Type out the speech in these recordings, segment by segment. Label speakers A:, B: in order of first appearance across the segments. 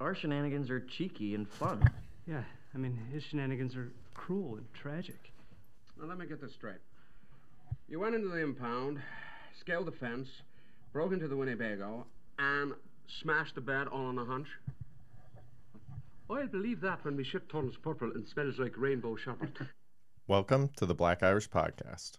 A: Our shenanigans are cheeky and fun.
B: Yeah, I mean, his shenanigans are cruel and tragic.
C: Now, let me get this straight. You went into the impound, scaled the fence, broke into the Winnebago, and smashed the bed all on a hunch? I'll believe that when we ship turns purple and smells like rainbow sherbet.
D: Welcome to the Black Irish Podcast.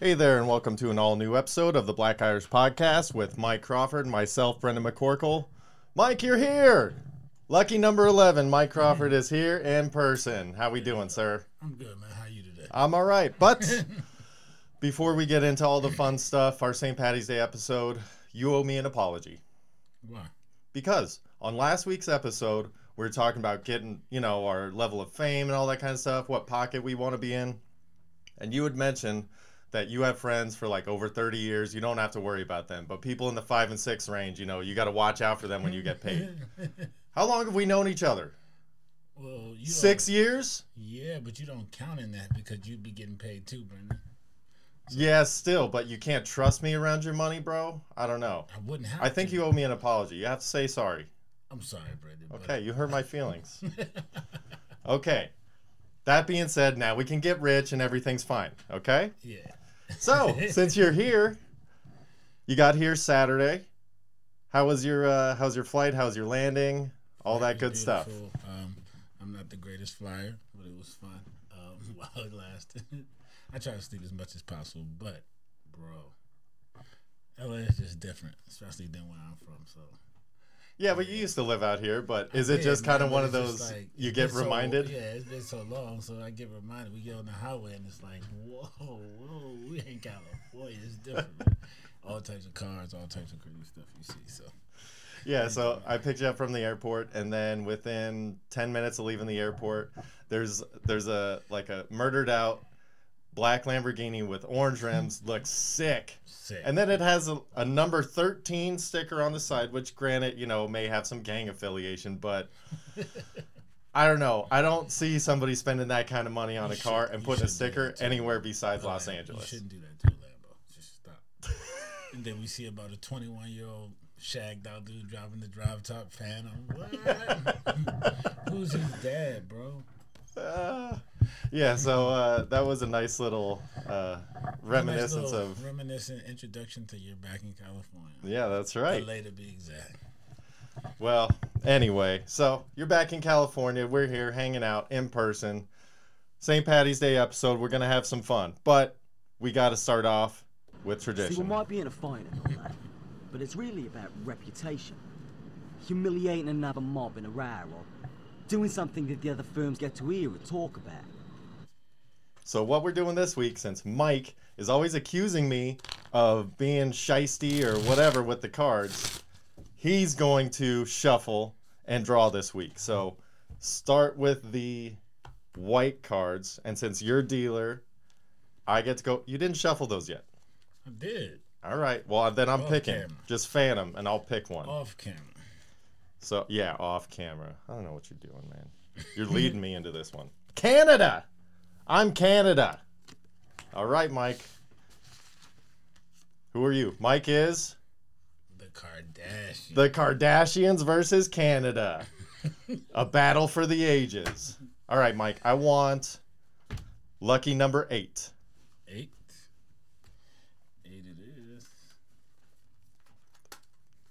D: Hey there, and welcome to an all new episode of the Black Irish Podcast with Mike Crawford, myself, Brendan McCorkle. Mike, you're here. Lucky number eleven, Mike Crawford is here in person. How we doing, sir?
E: I'm good, man. How you today?
D: I'm all right. But before we get into all the fun stuff, our St. Patty's Day episode, you owe me an apology
E: Why?
D: because on last week's episode we were talking about getting you know our level of fame and all that kind of stuff what pocket we want to be in and you had mentioned that you have friends for like over 30 years you don't have to worry about them but people in the five and six range you know you got to watch out for them when you get paid how long have we known each other
E: Well, you
D: six
E: don't-
D: years
E: Yeah, but you don't count in that because you'd be getting paid too, Brendan.
D: yeah still but you can't trust me around your money bro i don't know
E: I wouldn't have.
D: i think
E: to.
D: you owe me an apology you have to say sorry
E: I'm sorry, Brendan. but-
D: Okay, you hurt my feelings. okay. That being said, now we can get rich and everything's fine. Okay?
E: Yeah.
D: So, since you're here, you got here Saturday. How was your uh, how's your flight? How's your landing? All that good stuff.
E: Beautiful. Um, I'm not the greatest flyer, but it was fun um, while it lasted. I try to sleep as much as possible, but bro, LA is just different, especially than where I'm from. So
D: Yeah, but you used to live out here, but is it
E: Yeah,
D: just kind
E: man,
D: of
E: but
D: one of
E: it's just
D: those
E: like,
D: you
E: it's
D: get
E: been so-
D: reminded?
E: yeah, it's been so long, so I get reminded. We get on the highway and it's like, whoa, whoa, we ain't California. It's different. man. all types of cars, all types of crazy stuff you see. So
D: Yeah, so I picked you up from the airport, and then within ten minutes of leaving the airport, there's there's a like a murdered out black Lamborghini with orange rims, looks sick.
E: sick.
D: And then it has a, a number thirteen sticker on the side, which granted, you know, may have some gang affiliation, but I don't know. I don't see somebody spending that kind of money on a
E: should-
D: car and
E: you
D: putting a
E: shouldn't do
D: sticker
E: that, too.
D: anywhere besides
E: Oh,
D: Los
E: man, You
D: Angeles.
E: shouldn't do that to a Lambo. Just stop. and then we see about a 21 year old shagged out dude driving the drive top fan. I'm what? Who's his dad, bro?
D: Uh, yeah, so uh, that was a nice little uh, reminiscence
E: Nice little
D: of
E: reminiscent introduction to your back in California.
D: Yeah, that's right.
E: LA to be exact.
D: Well, anyway, so you're back in California. We're here hanging out in person. St. Patty's Day episode. We're going to have some fun, but we got to start off with
F: See, we
D: tradition.
F: might be in a fight and all that, but it's really about reputation. Humiliating another mob in a row or doing something that the other firms get to hear or talk about.
D: So, what we're doing this week, since Mike is always accusing me of being shisty or whatever with the cards, he's going to shuffle and draw this week. So, start with the white cards. And since you're dealer, I get to go. You didn't shuffle those yet.
E: I did.
D: All right. Well, then I'm
E: Off
D: picking.
E: camera.
D: Just fan 'em and I'll pick one.
E: Off camera.
D: So, yeah, off camera. I don't know what you're doing, man. You're leading me into this one. Canada. I'm Canada. All right, Mike. Who are you? Mike is
E: The Kardashians.
D: the Kardashians versus Canada. A battle for the ages. All right, Mike. I want lucky number eight.
E: Eight. Eight it is.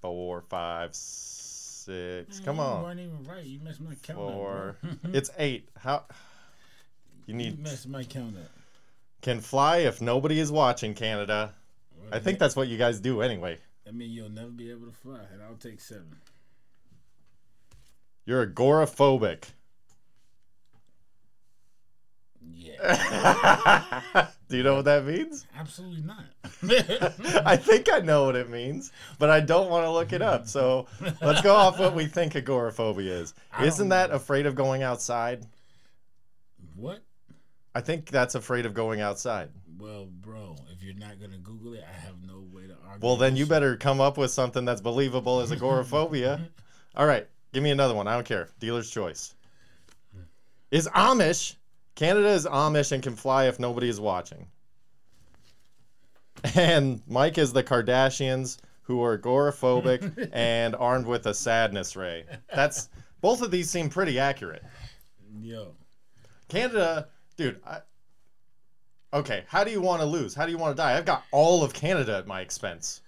D: Four, five, six. Come
E: You
D: on.
E: weren't even right. You messed my count
D: Four.
E: up. bro.
D: it's eight. How? You
E: you
D: need
E: messed my count up.
D: can fly if nobody is watching Canada. I think that's what you guys do anyway.
E: I mean, you'll never be able to fly, and I'll take seven.
D: You're agoraphobic. Do you know what that means?
E: Absolutely not.
D: I think I know what it means, but I don't want to look it up. So let's go off what we think agoraphobia is.
E: I
D: Isn't
E: don't
D: that
E: know.
D: afraid of going outside?
E: what?
D: I think that's afraid of going outside.
E: Well, bro, if you're not gonna Google it, I have no way to argue.
D: Well, then
E: with
D: you better come up with something that's believable as agoraphobia. All right, give me another one. I don't care. Dealer's choice. Is Amish. Canada is Amish and can fly if nobody is watching. And Mike is the Kardashians who are agoraphobic and armed with a sadness ray. That's both of these seem pretty accurate.
E: Yo,
D: Canada, dude, I Okay, how do you want to lose? How do you want to die? I've got all of Canada at my expense.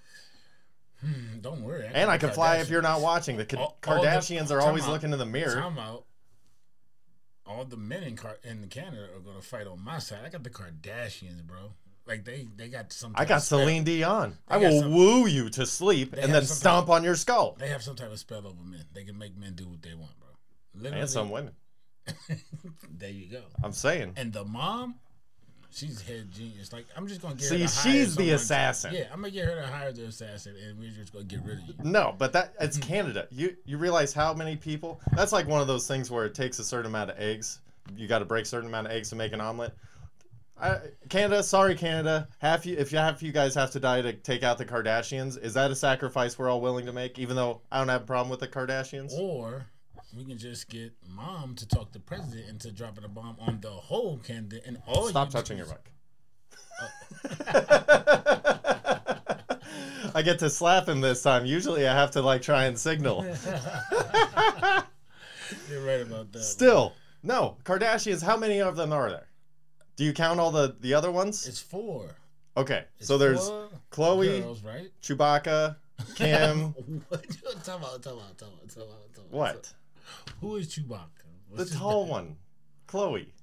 E: mm, don't worry.
D: And I can fly if you're not watching. The Ka-
E: All- all the-
D: Kardashians are always
E: time out.
D: looking in the mirror.
E: Time out. All the men in Car- in Canada are gonna fight on my side. I got the Kardashians, bro. Like they they got some.
D: I
E: type
D: got
E: of spell.
D: Celine Dion. I
E: They got
D: will
E: some-
D: woo you to sleep
E: They
D: and
E: have
D: then
E: some-
D: stomp on your skull.
E: They have some type of spell over men. They can make men do what they want, bro. Literally,
D: And some women.
E: there you go.
D: I'm saying.
E: And the mom, she's head genius. Like I'm just gonna get.
D: See,
E: her to hire
D: she's the
E: someone-
D: assassin.
E: Yeah, I'm gonna get her to hire the assassin, and we're just gonna get rid of you.
D: No, but that it's
E: Mm-hmm.
D: Canada. You you realize how many people? That's like one of those things where it takes a certain amount of eggs. You got to break a certain amount of eggs to make an omelet. I, Canada, sorry Canada. Half you if you half you guys have to die to take out the Kardashians, is that a sacrifice we're all willing to make? Even though I don't have a problem with the Kardashians.
E: Or we can just get mom to talk the president into dropping a bomb on the whole Canada and all.
D: Stop
E: you
D: touching your
E: dudes-
D: mic. I get to slap him this time. Usually I have to like try and signal.
E: You're right about that.
D: Still, no. Kardashians, how many of them are there? Do you count all the the other ones?
E: it's four.
D: okay.
E: It's
D: So there's
E: four
D: Chloe,
E: girls, right?
D: Chewbacca, Kim,
E: what you talking about? Talking about? Talking about? Talking about? talking about.
D: what?
E: Who is Chewbacca?
D: The
E: What's his
D: tall
E: name?
D: one. Chloe.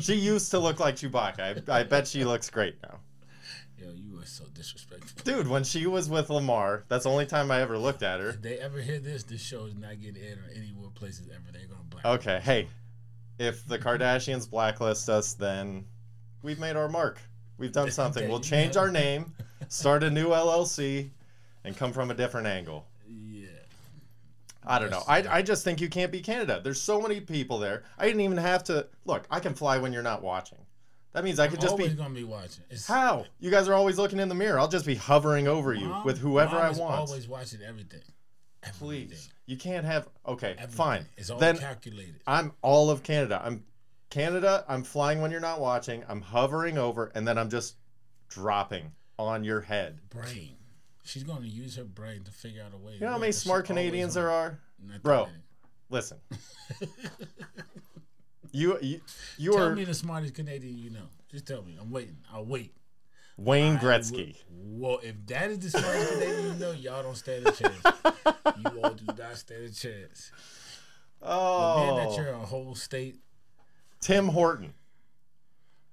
D: She used to look like Chewbacca. I, I bet she looks great now.
E: Yo, you are so disrespectful.
D: Dude, when she was with Lamar, that's the only time I ever looked at her.
E: If they ever hear this, this show is not getting aired on any more places ever. They're gonna black.
D: Okay, hey. If the Kardashians blacklist us, then we've made our mark. We've done something.
E: There
D: We'll
E: you
D: change
E: go.
D: our name, start a new LLC, and come from a different angle.
E: Yeah.
D: I don't know. I, I just think you can't be Canada. There's so many people there. I didn't even have to look. I can fly when you're not watching. That means I could just
E: always
D: be.
E: gonna be watching. It's,
D: How? You guys are always looking in the mirror. I'll just be hovering over you
E: Mom-
D: with whoever
E: Mom
D: I
E: is
D: want.
E: Always watching everything. everything.
D: Please. You can't have. Okay,
E: Everything.
D: fine.
E: It's all
D: then
E: calculated.
D: I'm all of Canada. I'm Canada. I'm flying when you're not watching. I'm hovering over, and then I'm just dropping on your head.
E: Brain. She's gonna use her brain to figure out a way.
D: You know how many smart Canadians there are? Bro. Listen. You you, you
E: Tell
D: are
E: me the smartest Canadian you know. Just tell me. I'm waiting. I'll wait.
D: Wayne
E: I
D: Gretzky.
E: would- Well, if that is the smartest Canadian you know, y'all don't stand a chance. you all do not stand a chance. Man, that
D: Oh,
E: you're a whole state.
D: Tim Horton,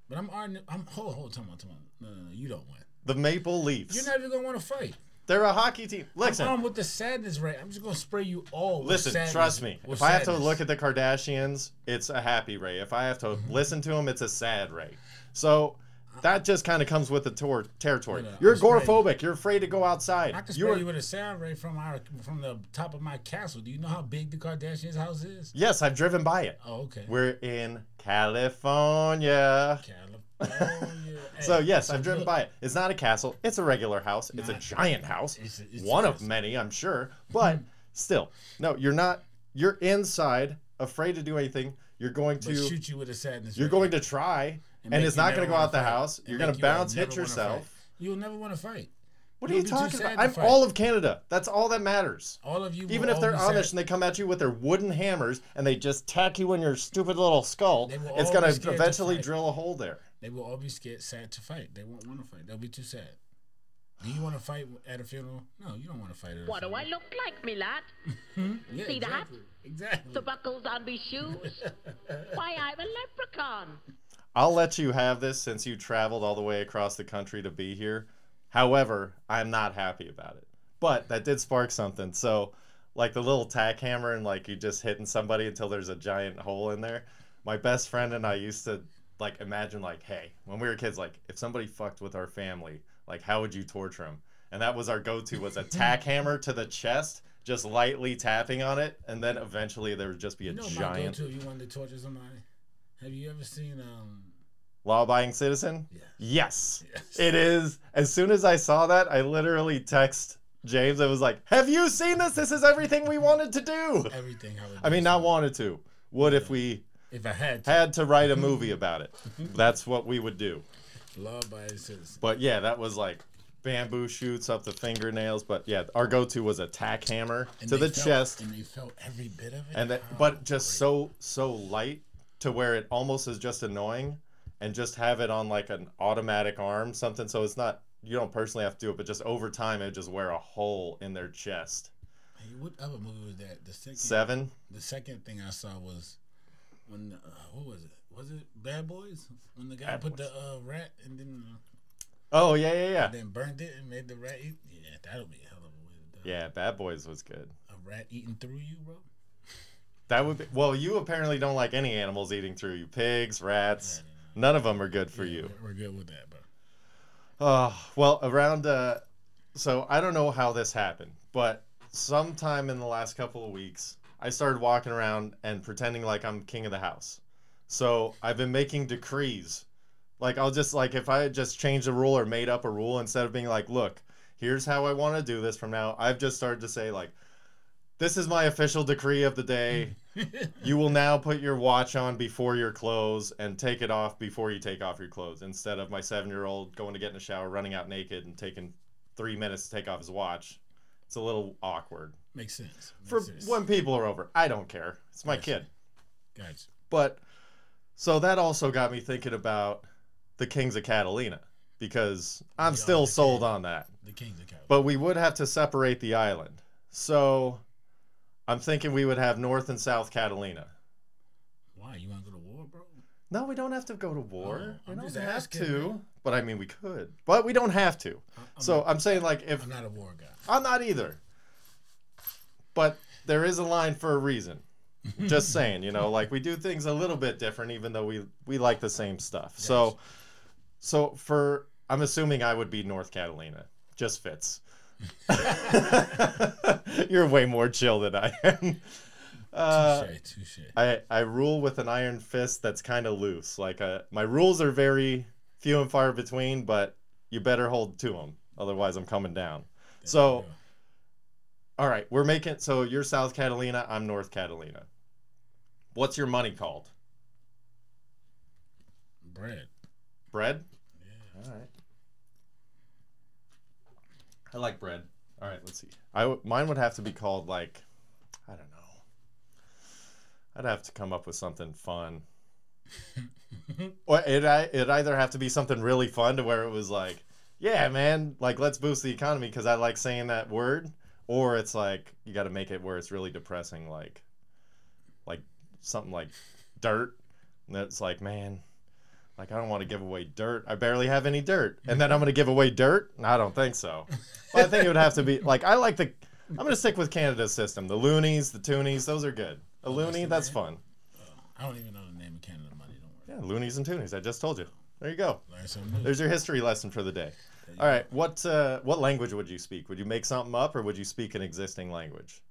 E: But I'm arguing. I'm hold hold time on time on. No, no, no. You don't win.
D: the Maple Leafs.
E: You're not even gonna want to fight.
D: They're a hockey team. Listen,
E: I'm with the sadness ray. I'm just gonna spray you all. with
D: Listen,
E: sadness-
D: trust me.
E: with
D: If I have to
E: sadness.
D: look at the Kardashians, it's a happy ray. If I have to
E: Mm-hmm.
D: listen to them, it's a sad ray. So that just kind of comes with the tor- territory.
E: No, no,
D: You're
E: I'm afraid.
D: agoraphobic. You're afraid to go outside.
E: I can spray
D: You're,
E: you, with a sound ray from our from the top of my castle. Do you know how big the Kardashians' house is?
D: yes, I've driven by it.
E: Oh, okay.
D: We're in California.
E: California.
D: So
E: Hey,
D: yes, I've driven
E: look,
D: by it. It's not a castle. It's a regular house. It's a
E: Nah.
D: giant house.
E: It's a- it's a
D: One of
E: castle.
D: many, I'm sure. But still, no, you're not. You're inside, afraid to do anything. You're going
E: But
D: to
E: shoot you with a sadness.
D: You're
E: ray.
D: going to try, and,
E: make
D: it's
E: you
D: not
E: never
D: going to go
E: wanna
D: out the
E: fight.
D: house.
E: And
D: You're
E: make
D: going to
E: you
D: bounce,
E: never
D: hit
E: wanna
D: yourself.
E: fight. You'll never want to fight.
D: What are
E: You'll
D: you
E: be too
D: talking
E: sad
D: about?
E: to
D: I'm
E: fight.
D: all of Canada. That's all that matters.
E: All of you.
D: Even
E: will
D: if they're
E: all be
D: Amish
E: sad.
D: and they come at you with their wooden hammers and they just tack you in your stupid little skull,
E: They will
D: it's
E: all
D: going
E: be scared
D: to
E: to
D: eventually
E: fight.
D: drill a hole there.
E: they will all be scared, sad to fight. They won't want to fight. They'll be too sad. Do you want to fight at a funeral? No, you don't want to fight at a
G: What do
E: funeral.
G: I look like, me lad?
E: Yeah,
G: See that?
E: exactly. Exactly.
G: The buckles on me shoes? Why, I'm a leprechaun.
D: I'll let you have this since you traveled all the way across the country to be here. However, I'm not happy about it. But that did spark something. So, like the little tack hammer and like you just hitting somebody until there's a giant hole in there. My best friend and I used to like imagine like, hey, when we were kids, like if somebody fucked with our family, like how would you torture them? And that was our go-to was a tack hammer to the chest, just lightly tapping on it, and then eventually there would just be a
E: You know my
D: giant
E: go-to if you wanted to torture somebody? Have you ever seen um
D: law-abiding citizen.
E: Yeah.
D: Yes.
E: Yes.
D: It is. As soon as I saw that, I literally text James. I was like, "Have you seen this? This is everything we wanted to do."
E: everything how it
D: I mean,
E: goes
D: not
E: down?
D: wanted to. What if we
E: if I had to
D: had to write a movie about it? That's what we would do.
E: law abiding citizen.
D: But yeah, that was like bamboo shoots up the fingernails. But yeah, our go-to was a tack hammer
E: And
D: to
E: they
D: the
E: felt-
D: chest,
E: And they felt every bit of it.
D: and that,
E: Oh,
D: but just
E: great.
D: so so light to where it almost is just annoying, and just have it on like an automatic arm, something. So it's not you don't personally have to do it, but just over time it would just wear a hole in their chest.
E: Hey, what other movie was that? The second
D: Seven.
E: the second thing I saw was when the, uh, what was it? Was it Bad Boys? When the guy
D: Bad
E: put
D: Boys.
E: the uh, rat and then uh,
D: Oh yeah yeah yeah.
E: then burned it and made the rat eat. Yeah, that'll be a hell of a way to die.
D: Yeah, Bad Boys was good.
E: A rat eating through you, bro.
D: That would be well. You apparently don't like any animals eating through you. Pigs, rats, none of them are good for you.
E: We're, we're good with that, bro.
D: Uh, well, around uh, so I don't know how this happened, but sometime in the last couple of weeks, I started walking around and pretending like I'm king of the house. So I've been making decrees. Like I'll just like if I had just changed a rule or made up a rule instead of being like, look, here's how I want to do this from now. I've just started to say like, this is my official decree of the day. you will now put your watch on before your clothes and take it off before you take off your clothes. Instead of my seven-year-old going to get in the shower, running out naked, and taking three minutes to take off his watch, it's a little awkward
E: Makes sense. Makes
D: for
E: sense.
D: when people are over. I don't care. It's my
E: Yes.
D: kid.
E: Gotcha.
D: But so that also got me thinking about the Kings of Catalina because I'm
E: Yeah,
D: still
E: okay.
D: sold on that.
E: The king's a coward.
D: But we would have to separate the island. So I'm thinking we would have North and South Catalina.
E: Why you want to go to war, bro?
D: No, we don't have to go to war.
E: Oh,
D: we
E: I'm
D: don't
E: just
D: have
E: asking,
D: to.
E: man.
D: But I mean, we could. But we don't have to. so I'm saying, like, if
E: I'm not a war guy.
D: I'm not either. But there is a line for a reason. Just saying, you know, like we do things a little bit different, even though we we like the same stuff. So, so for I'm assuming I would be North Catalina. Just fits. You're way more chill than I am. Uh,
E: touche, touche.
D: I I rule with an iron fist that's kind of loose. Like uh, my rules are very few and far between, but you better hold to them, otherwise I'm coming down. so.
E: Yeah.
D: All right, we're making so you're South Catalina, I'm North Catalina. What's your money called?
E: bread.
D: Bread? Yeah. All right. I like bread. All right, let's see. I w- mine would have to be called like I don't know. I'd have to come up with something fun. or it I it either have to be something really fun to where it was like, yeah, man, like let's boost the economy because I like saying that word, or it's like you got to make it where it's really depressing, like like something like dirt. And it's like, man, like I don't want to give away dirt. I barely have any dirt, and then I'm gonna give away dirt. I don't think so. But I think it would have to be like I like the. I'm gonna stick with Canada's system. The loonies, the toonies, those are good. A loony, that's fun.
E: I don't even know the name of Canada money. Don't worry.
D: Yeah, loonies and toonies. I just told you. There you go.
E: Learn something new.
D: There's your history lesson for the day. All right, what uh, what language would you speak? Would you make something up, or would you speak an existing language?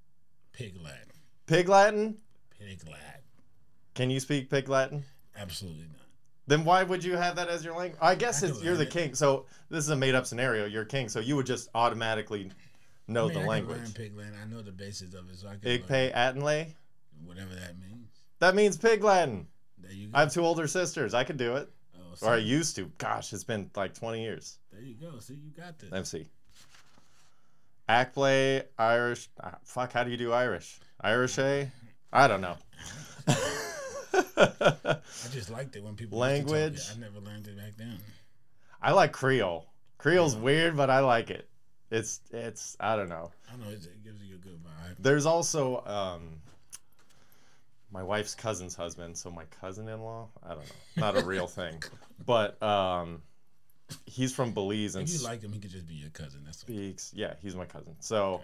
E: Pig Latin.
D: Pig Latin?
E: Pig Latin.
D: Can you speak Pig Latin?
E: Absolutely not.
D: Then why would you have that as your language? I guess
E: I
D: it's,
E: can
D: you're the
E: learn it.
D: king. So this is a made up scenario. You're king, so you would just automatically know
E: I mean,
D: the
E: I Can learn
D: language.
E: pig Latin. I know the basis of it, so I can
D: Pig
E: learn
D: pay atinle.
E: whatever that means.
D: That means Pig Latin.
E: There you go.
D: I have two older sisters. I could do it,
E: oh, see,
D: or I used to. Gosh, it's been like 20 years.
E: There you go. See, you got this.
D: MC. Ackplay, Irish. ah, fuck, how do you do Irish? Irish A? I don't know.
E: I just liked it when people used to talk
D: Language.
E: it. I never learned it back then.
D: I like Creole. Creole's weird, but I like it. It's, it's, I don't know.
E: I know it, it gives you a good vibe.
D: There's also um, my wife's cousin's husband, so my cousin-in-law. I don't know, not a real thing, but um, he's from Belize and
E: If you like him, he could just be your cousin. That's what
D: speaks. Yeah, he's my cousin. So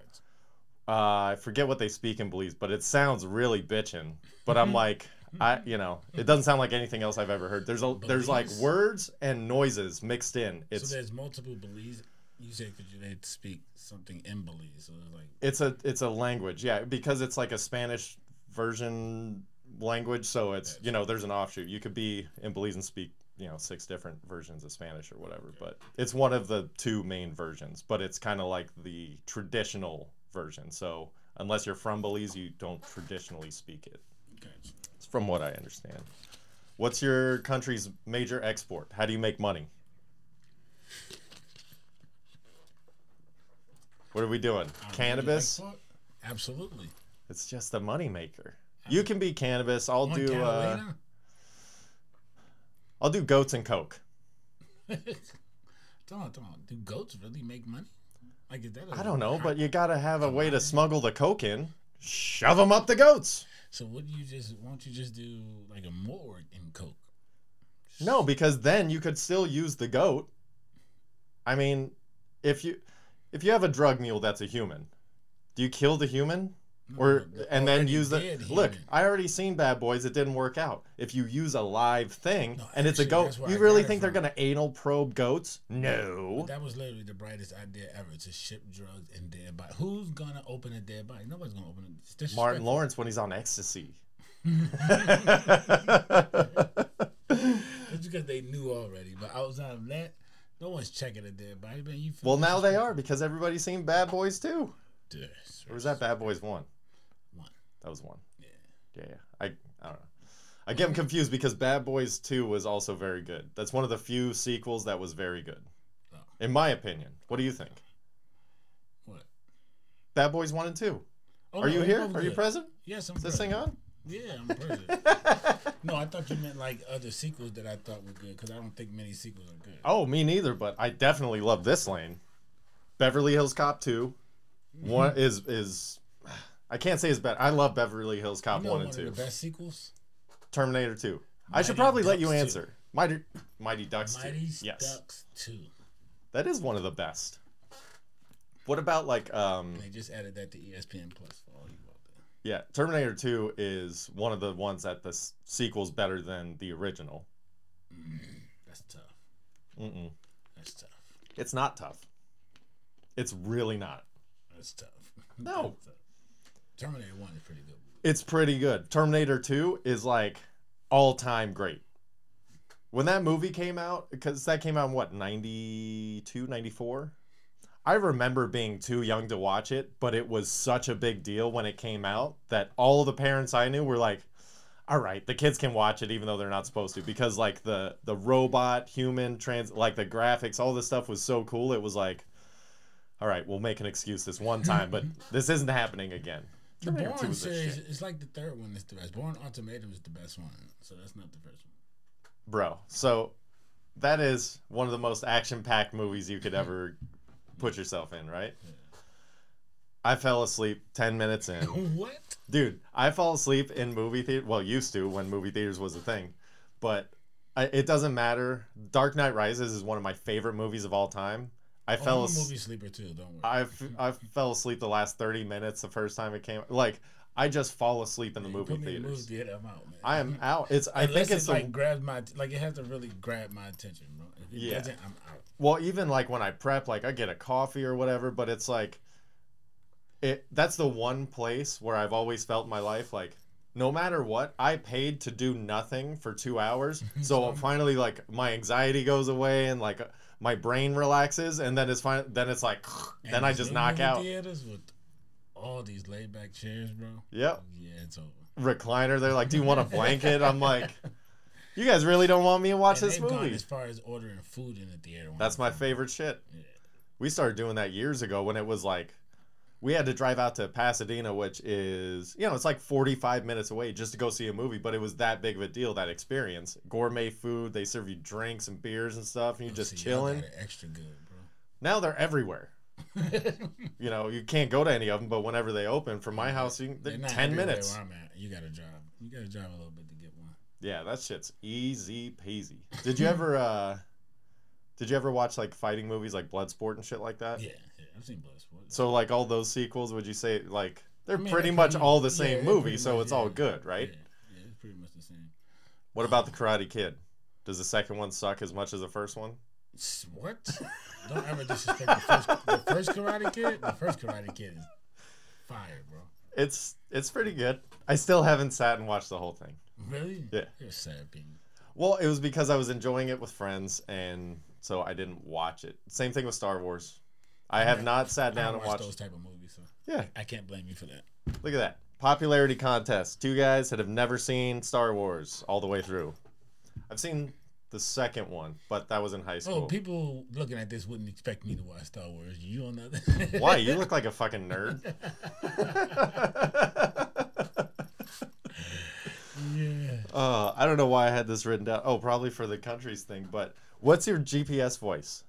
E: Mm-hmm.
D: uh, I forget what they speak in Belize, but it sounds really bitchin'. But I'm like, I you know it doesn't sound like anything else I've ever heard. There's a there's like
E: Belize?
D: words and noises mixed in.
E: so
D: It's
E: there's multiple Belize. You said because they speak something in Belize, so it's like
D: it's a it's a language yeah because it's like a spanish version language so it's you know there's an offshoot you could be in belize and speak you know six different versions of spanish or whatever but it's one of the two main versions but it's kind of like the traditional version so unless you're from belize you don't traditionally speak it
E: gotcha.
D: it's from what i understand what's your country's major export how do you make money what are we doing cannabis
E: Like, what? Absolutely.
D: it's just a moneymaker. You can be cannabis. I'll
E: One
D: do. Uh,
E: Catalina?
D: I'll do goats and coke.
E: Come on, come on. Do goats really make money? Like is that? I
D: I don't know, but you gotta have a way to smuggle the coke in. Shove them up the goats.
E: So would you just? Won't you just do like a morgue in coke?
D: No, because then you could still use the goat. I mean, if you if you have a drug mule that's a human, do you kill the human? Or
E: the
D: and then
E: already
D: use the
E: dead
D: look.
E: human.
D: I already seen Bad Boys. It didn't work out. If you use a live thing
E: No,
D: and it's a
E: actually,
D: goat,
E: that's where
D: you
E: I
D: really
E: got it
D: think they're
E: from.
D: gonna anal probe goats? No.
E: That was literally the brightest idea ever to ship drugs and dead body. Who's gonna open a dead body? Nobody's gonna open it. It's
D: Martin
E: disrespectful.
D: Lawrence when he's on ecstasy.
E: It's because they knew already. But outside of that, no one's checking a dead body. Man, you feel
D: well, now they are because everybody's seen Bad Boys too.
E: disrespectful.
D: Or was that Bad Boys one?
E: One.
D: That was one. Yeah. Yeah. yeah. I I don't know. I get them confused because Bad Boys Two was also very good. That's one of the few sequels that was very good,
E: Oh.
D: in my opinion. What do you think?
E: What?
D: Bad Boys One and Two.
E: Oh,
D: Are
E: no,
D: you
E: they
D: here?
E: both
D: Are you
E: good.
D: present?
E: Yes, I'm.
D: Is this thing on?
E: Yeah, I'm present. no, I thought you meant like other sequels that I thought were good because I don't think many sequels are good.
D: Oh, me neither, but I definitely love this lane. Beverly Hills Cop 2. One
E: Mm-hmm.
D: is is I can't say it's better. I love Beverly Hills Cop
E: you know
D: 1
E: one
D: and
E: of
D: 2.
E: the best sequels.
D: Terminator 2. I should
E: Mighty
D: probably let you
E: Ducks 2.
D: answer. Mighty Mighty Ducks 2.
E: Mighty
D: yes.
E: Ducks Two.
D: That is one of the best. What about like um
E: They just added that to E ESPN Plus for all you out there.
D: yeah, Terminator 2 is one of the ones that the s- sequel's better than the original.
E: That's tough. Mm-mm. That's tough.
D: It's not tough. It's really not.
E: That's tough.
D: No.
E: That's tough. Terminator One is pretty good.
D: it's pretty good. Terminator 2 is like all time great. When that movie came out, because that came out in what, 92, 94? I remember being too young to watch it, but it was such a big deal when it came out that all the parents I knew were like, all right, the kids can watch it even though they're not supposed to because like the the robot human trans like the graphics, all this stuff was so cool. It was like, all right, we'll make an excuse this one time, but this isn't happening again.
E: The
D: Terminator 2
E: Bourne
D: was the
E: series
D: shit.
E: is like the third one. That's the best. Born Ultimatum is the best one. So that's not the first one.
D: bro. So that is one of the most action-packed movies you could ever put yourself in, right? I fell asleep 10 minutes in.
E: What?
D: Dude, I fall asleep in movie theater, well, used to when movie theaters was a thing, but I, it doesn't matter. Dark Knight Rises is one of my favorite movies of all time. I
E: Oh,
D: fell
E: I'm a
D: asleep
E: movie sleeper too. Don't worry.
D: I, f- I fell asleep the last 30 minutes the first time it came like I just fall asleep in the
E: You
D: movie
E: put me in the
D: theaters.
E: movie theater. I'm out, man.
D: I am out. It's I
E: Unless
D: think it's
E: it
D: the
E: like grabs my like it has to really grab my attention, bro. If it
D: Yeah.
E: doesn't, I'm out.
D: well even like when i prep like i get a coffee or whatever but it's like it that's the one place where i've always felt in my life like no matter what i paid to do nothing for two hours so finally like my anxiety goes away and like my brain relaxes and then it's fine then it's like then
E: And
D: i
E: these
D: just
E: new
D: knock
E: movie
D: out
E: Theaters with all these laid back chairs, bro.
D: yep
E: Yeah, it's over.
D: recliner they're like do you want a blanket i'm like you guys really don't want me to watch
E: and
D: this
E: they've gone
D: movie
E: as far as ordering food in the theater. when
D: That's
E: I'm
D: my
E: filming.
D: favorite shit. We started doing that years ago when it was like we had to drive out to Pasadena, which is you know it's like 45 minutes away just to go see a movie, but it was that big of a deal that experience. Gourmet food, they serve you drinks and beers and stuff, and you're just
E: See, y'all got
D: chilling.
E: it Extra good, bro.
D: Now they're everywhere. you know you can't go to any of them, but whenever they open from my house, you can,
E: They're not
D: 10
E: everywhere
D: minutes.
E: Where I'm at. You gotta drive. You gotta drive a little bit to get one.
D: Yeah, that shit's easy peasy. Did you ever? uh Did you ever watch like fighting movies like Bloodsport and shit like that?
E: Yeah, yeah I've seen Bloodsport.
D: Uh, So like all those sequels, would you say like they're
E: mean,
D: pretty
E: they're
D: much
E: pretty-
D: all the
E: yeah,
D: same
E: they're
D: movie,
E: pretty
D: so
E: much,
D: it's all
E: yeah.
D: good,
E: yeah,
D: right?
E: yeah, it's pretty pretty much the same.
D: What about the Karate Kid? Does the second one suck as much as the first one?
E: S- What? Don't ever disrespect the first, the first Karate Kid. The first Karate Kid is fire, bro.
D: It's it's pretty good. I still haven't sat and watched the whole thing.
E: Really?
D: Yeah.
E: You're a sad being.
D: Well, it was because I was enjoying it with friends, and so I didn't watch it. Same thing with Star Wars. I have not sat down
E: I don't
D: and
E: watch
D: watched.
E: those type of movies, so
D: Yeah,
E: I can't blame you for that.
D: look at that popularity contest. Two guys that have never seen Star Wars all the way through. I've seen the second one, but that was in high
E: Oh,
D: school.
E: people looking at this wouldn't expect me to watch Star Wars. You on that?
D: Why? You look like a fucking nerd.
E: Yeah.
D: Uh, I don't know why I had this written down. Oh, probably for the countries thing. But what's your GPS voice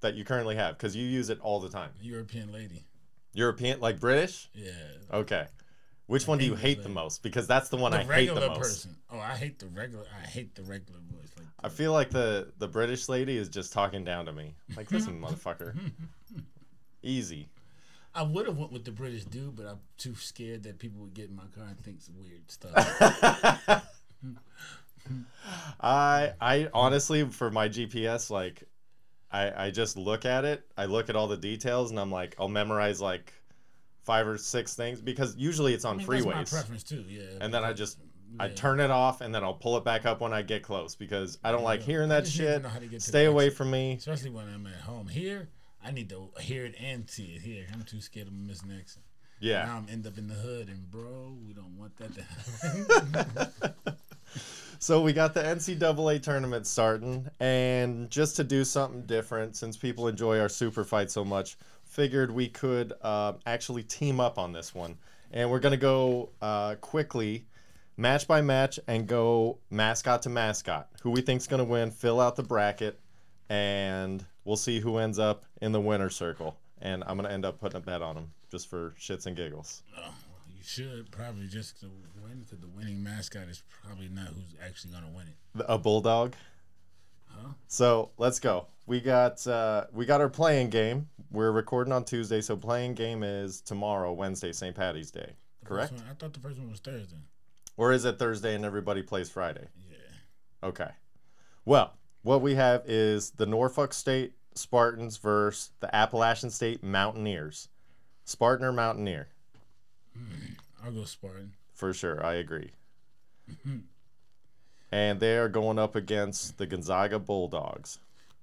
D: that you currently have? Because you use it all the time.
E: European lady.
D: European, like British.
E: Yeah.
D: Okay. Which one do you hate the most? Because that's the one I hate the most.
E: Oh, I hate the regular. I hate the regular voice. Like
D: I feel like the the British lady is just talking down to me. Like, listen, motherfucker. Easy.
E: I would have went with the British dude, but I'm too scared that people would get in my car and think some weird stuff.
D: I I honestly for my GPS like I I just look at it. I look at all the details and I'm like I'll memorize like five or six things because usually it's on
E: I mean, That's my
D: freeways.
E: preference too. Yeah.
D: And then I just I
E: Yeah.
D: turn it off and then I'll pull it back up when I get close because I don't like
E: Yeah.
D: hearing
E: I
D: that
E: just need to
D: shit.
E: know how to get to
D: Stay
E: the
D: away
E: exit.
D: from me.
E: especially when I'm at home here, I need to hear it and see it here. I'm too scared of Miss Nixon. Now
D: Yeah.
E: I'm end up in the hood, and bro, we don't want that to happen.
D: So we got the NCAA tournament starting, and just to do something different, since people enjoy our super fight so much, figured we could uh, actually team up on this one. And we're gonna go uh, quickly, match by match, and go mascot to mascot. Who we think's gonna win? Fill out the bracket, and we'll see who ends up in the winner circle. And I'm gonna end up putting a bet on him just for shits and giggles.
E: you should probably just to win because the winning mascot is probably not who's actually gonna win it.
D: a bulldog. So let's go. We got uh, we got our playing game. We're recording on Tuesday, so playing game is tomorrow, Wednesday, St. Patty's Day,
E: The first
D: correct?
E: one- I thought the first one was Thursday.
D: Or is it Thursday and everybody plays Friday?
E: Yeah.
D: Okay. Well, what we have is the Norfolk State Spartans versus the Appalachian State Mountaineers. Spartan or Mountaineer,
E: I'll go Spartan.
D: for sure. I agree. and they are going up against the Gonzaga Bulldogs.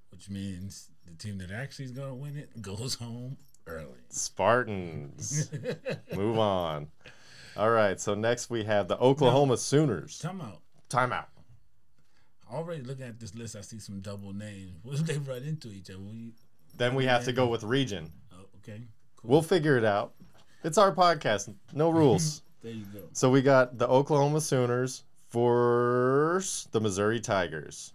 E: which means the team that actually is going to win it goes home early.
D: Spartans. Move on. All right. So next we have the Oklahoma Sooners.
E: Time out.
D: Timeout.
E: Already looking at this list, I see some double names. What if they run into each other? We,
D: Then we have to go with region.
E: oh, okay, cool.
D: We'll figure it out. It's our podcast. No rules.
E: there you go.
D: so we got the Oklahoma Sooners versus the Missouri Tigers.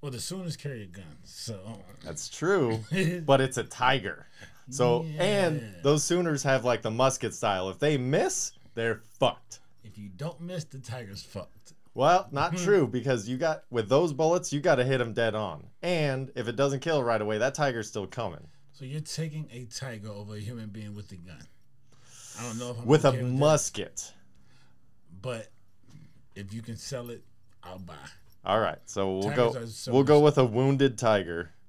E: Well, the Sooners carry a gun, so uh,
D: That's true, but it's a tiger. So and those Sooners have like the musket style. If they miss, they're fucked.
E: if you don't miss, the Tigers fucked.
D: Well,
E: Hmm.
D: not true because you got with those bullets, you got to hit them dead on. And if it doesn't kill right away, that tiger's still coming
E: So you're taking a tiger over a human being with a gun. I don't know if I'm
D: with a
E: okay that,
D: musket.
E: but if you can sell it, I'll buy.
D: All right, so we'll
E: Tigers
D: go.
E: are so
D: we'll go with a wounded tiger.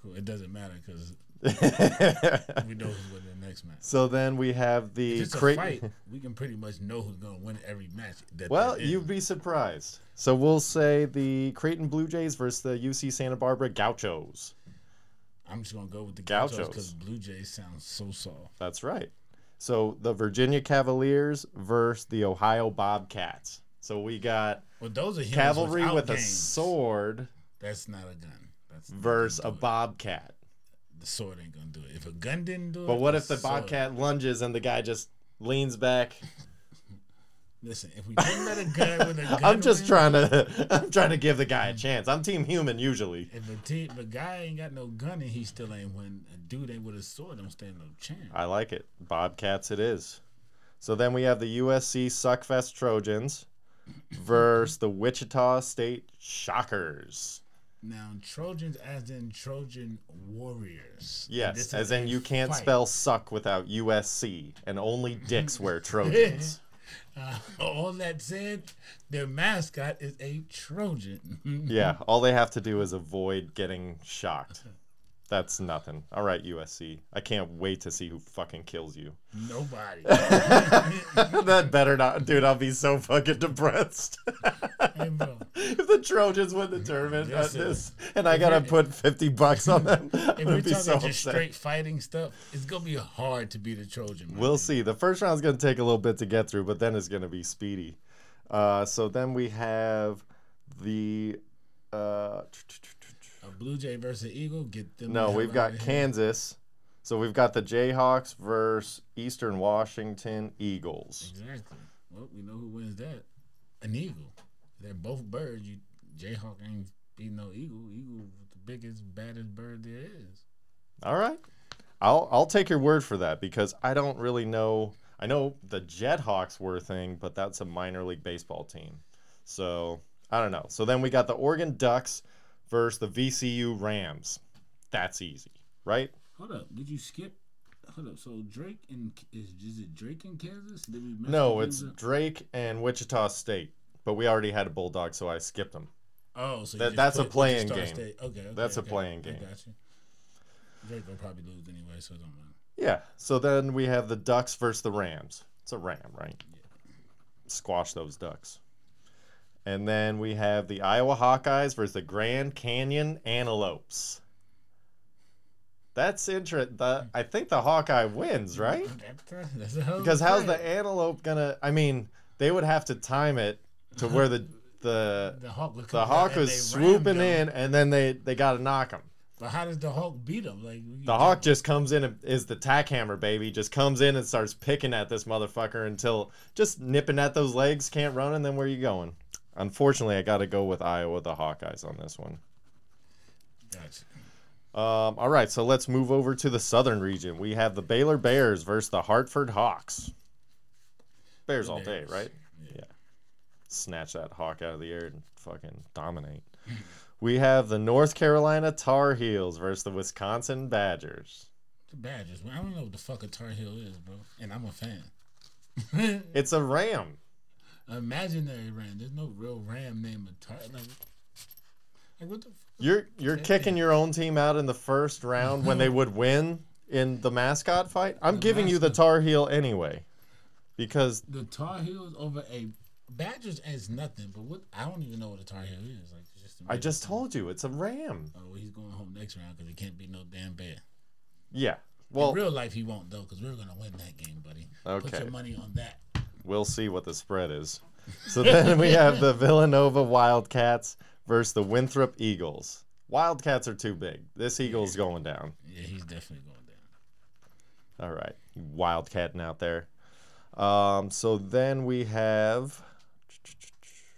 E: Cool. It doesn't matter because we know who's winning the next match.
D: so then we have the
E: It's a
D: Creighton.
E: fight. We can pretty much know who's gonna win every match. That
D: Well,
E: they're in.
D: you'd be surprised. So we'll say the Creighton Blue Jays versus the UC Santa Barbara Gauchos.
E: I'm just gonna go with the Gauchos
D: Gauchos.
E: because Blue Jays sounds so soft.
D: That's right. So the Virginia Cavaliers versus the Ohio Bobcats. So we got
E: Well, those are humans
D: cavalry
E: without
D: with a
E: games.
D: sword.
E: That's not a gun. That's not
D: versus a
E: gonna do
D: bobcat.
E: it. The sword ain't gonna do it. If a gun didn't do it,
D: But what if the
E: sword-
D: bobcat lunges and the guy just leans back?
E: Listen, if we didn't let a gun with a gun,
D: I'm just
E: win,
D: trying to I'm trying to give the guy a chance. I'm team human usually.
E: If a, te- if a guy ain't got no gun and he still ain't win, a dude ain't with a sword don't stand no chance.
D: I like it. Bobcats it is. So then we have the USC Suckfest Trojans versus the Wichita State Shockers.
E: now Trojans, as in Trojan warriors. This
D: Yes,
E: is
D: as in
E: a
D: you can't
E: fight.
D: spell suck without USC and only dicks wear Trojans.
E: Uh, all that said, their mascot is a Trojan.
D: Yeah, all they have to do is avoid getting shocked. That's nothing. All right, USC. I can't wait to see who fucking kills you.
E: Nobody.
D: that better not, dude. I'll be so fucking depressed
E: Hey, bro,
D: if the Trojans win the tournament at
E: Listen,
D: this, and I gotta put fifty bucks on them. I'm
E: if
D: gonna
E: we're
D: be
E: talking
D: so
E: just
D: upset.
E: straight fighting stuff, it's gonna be hard to beat a Trojan. man.
D: We'll see. The first round's going to take a little bit to get through, but then it's going to be speedy. Uh, so then we have the. Uh,
E: a Blue Jay versus Eagle. Get them. the
D: no,
E: hell
D: we've
E: out
D: got
E: of here.
D: Kansas. So we've got the Jayhawks versus Eastern Washington Eagles.
E: Exactly. Well, we know who wins that. An eagle. They're both birds. You Jayhawk ain't beat no eagle. Eagle the biggest, baddest bird there is.
D: All right. I'll, I'll take your word for that because I don't really know. I know the Jethawks were a thing, but that's a minor league baseball team. So I don't know. So then we got the Oregon Ducks versus the VCU Rams. That's easy, right?
E: Hold up. Did you skip? Hold up. So Drake and is is it Drake in Kansas? Did we mess
D: No,
E: the
D: it's
E: names up?
D: Drake and Wichita State, but we already had a Bulldog, so I skipped them.
E: Oh, so you
D: That-
E: just
D: that's a
E: put
D: playing
E: Wichita
D: game.
E: State. Okay, okay,
D: That's a
E: okay.
D: playing
E: I
D: game.
E: got you. Drake will probably lose anyway, so it don't matter.
D: Yeah. So then we have the Ducks versus the Rams. It's a Ram, right? Squash those Ducks. And then we have the Iowa Hawkeyes versus the Grand Canyon Antelopes. That's interesting. I think the Hawkeye wins, right?
E: That's a, that's a hell
D: Because
E: of a
D: how's the
E: play.
D: antelope gonna? I mean, they would have to time it to where the the
E: the hawk? would
D: the
E: come
D: hawk
E: out and
D: was
E: they rammed
D: swooping in,
E: him.
D: and then they they gotta knock him.
E: But how does the hawk beat him? Like you
D: The hawk just comes in and is the tack hammer, baby. Just comes in and starts picking at this motherfucker until just nipping at those legs, can't run, and then where you going? Unfortunately, I got to go with Iowa, the Hawkeyes on this one.
E: Gotcha.
D: Um, all right, so let's move over to the southern region. We have the Baylor Bears versus the Hartford Hawks. Bears all day,
E: Bears.
D: right? Yeah. Snatch that hawk out of the air and fucking dominate. we have the North Carolina Tar Heels versus the Wisconsin Badgers.
E: The Badgers. Man, I don't know what the fuck a Tar Heel is, bro. And I'm a fan.
D: It's a ram.
E: Imaginary Ram. There's no real Ram named a Tar. Like, like what the fuck?
D: You're you're kicking your own team out in the first round when they would win in the mascot fight. I'm giving you the Tar Heel anyway, because
E: The Tar Heels over a Badgers is nothing. But what? I don't even know what a Tar Heel is. Like it's just.
D: I
E: amazing.
D: just told you it's a ram.
E: Oh, well, he's going home next round because it can't be no damn bear.
D: Yeah. Well,
E: In real life, he won't though, because we're gonna win that game, buddy. Put
D: Okay.
E: your money on that.
D: we'll see what the spread is. So then we have the Villanova Wildcats versus the Winthrop Eagles. Wildcats are too big. This Eagle's going down.
E: Yeah, he's definitely going down.
D: All right, you wildcatting out there. Um, so then we have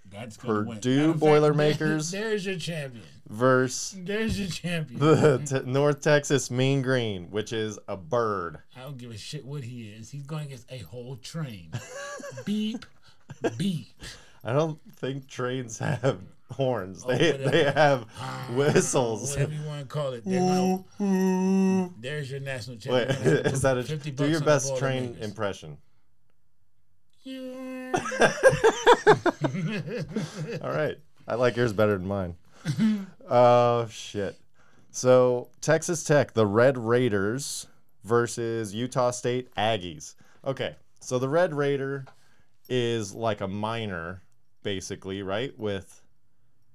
E: That's gonna win.
D: Purdue
E: Matter of fact,
D: Boilermakers.
E: there- There's your champion.
D: verse
E: There's your champion.
D: the t- North Texas Mean Green, which is a bird.
E: I don't give a shit what he is. He's going against a whole train. beep, beep.
D: I don't think trains have horns. They
E: Oh, whatever. Ah,
D: they have whistles.
E: Whatever you want to call it. They're gonna- there's your national
D: Wait,
E: champion.
D: is that a
E: 50
D: do
E: bucks
D: your
E: on the
D: best train
E: Boilermakers.
D: impression?
E: Yeah.
D: All right, I like yours better than mine. Oh shit! So Texas Tech, the Red Raiders versus Utah State Aggies. Okay, so the Red Raider is like a miner, basically, right? With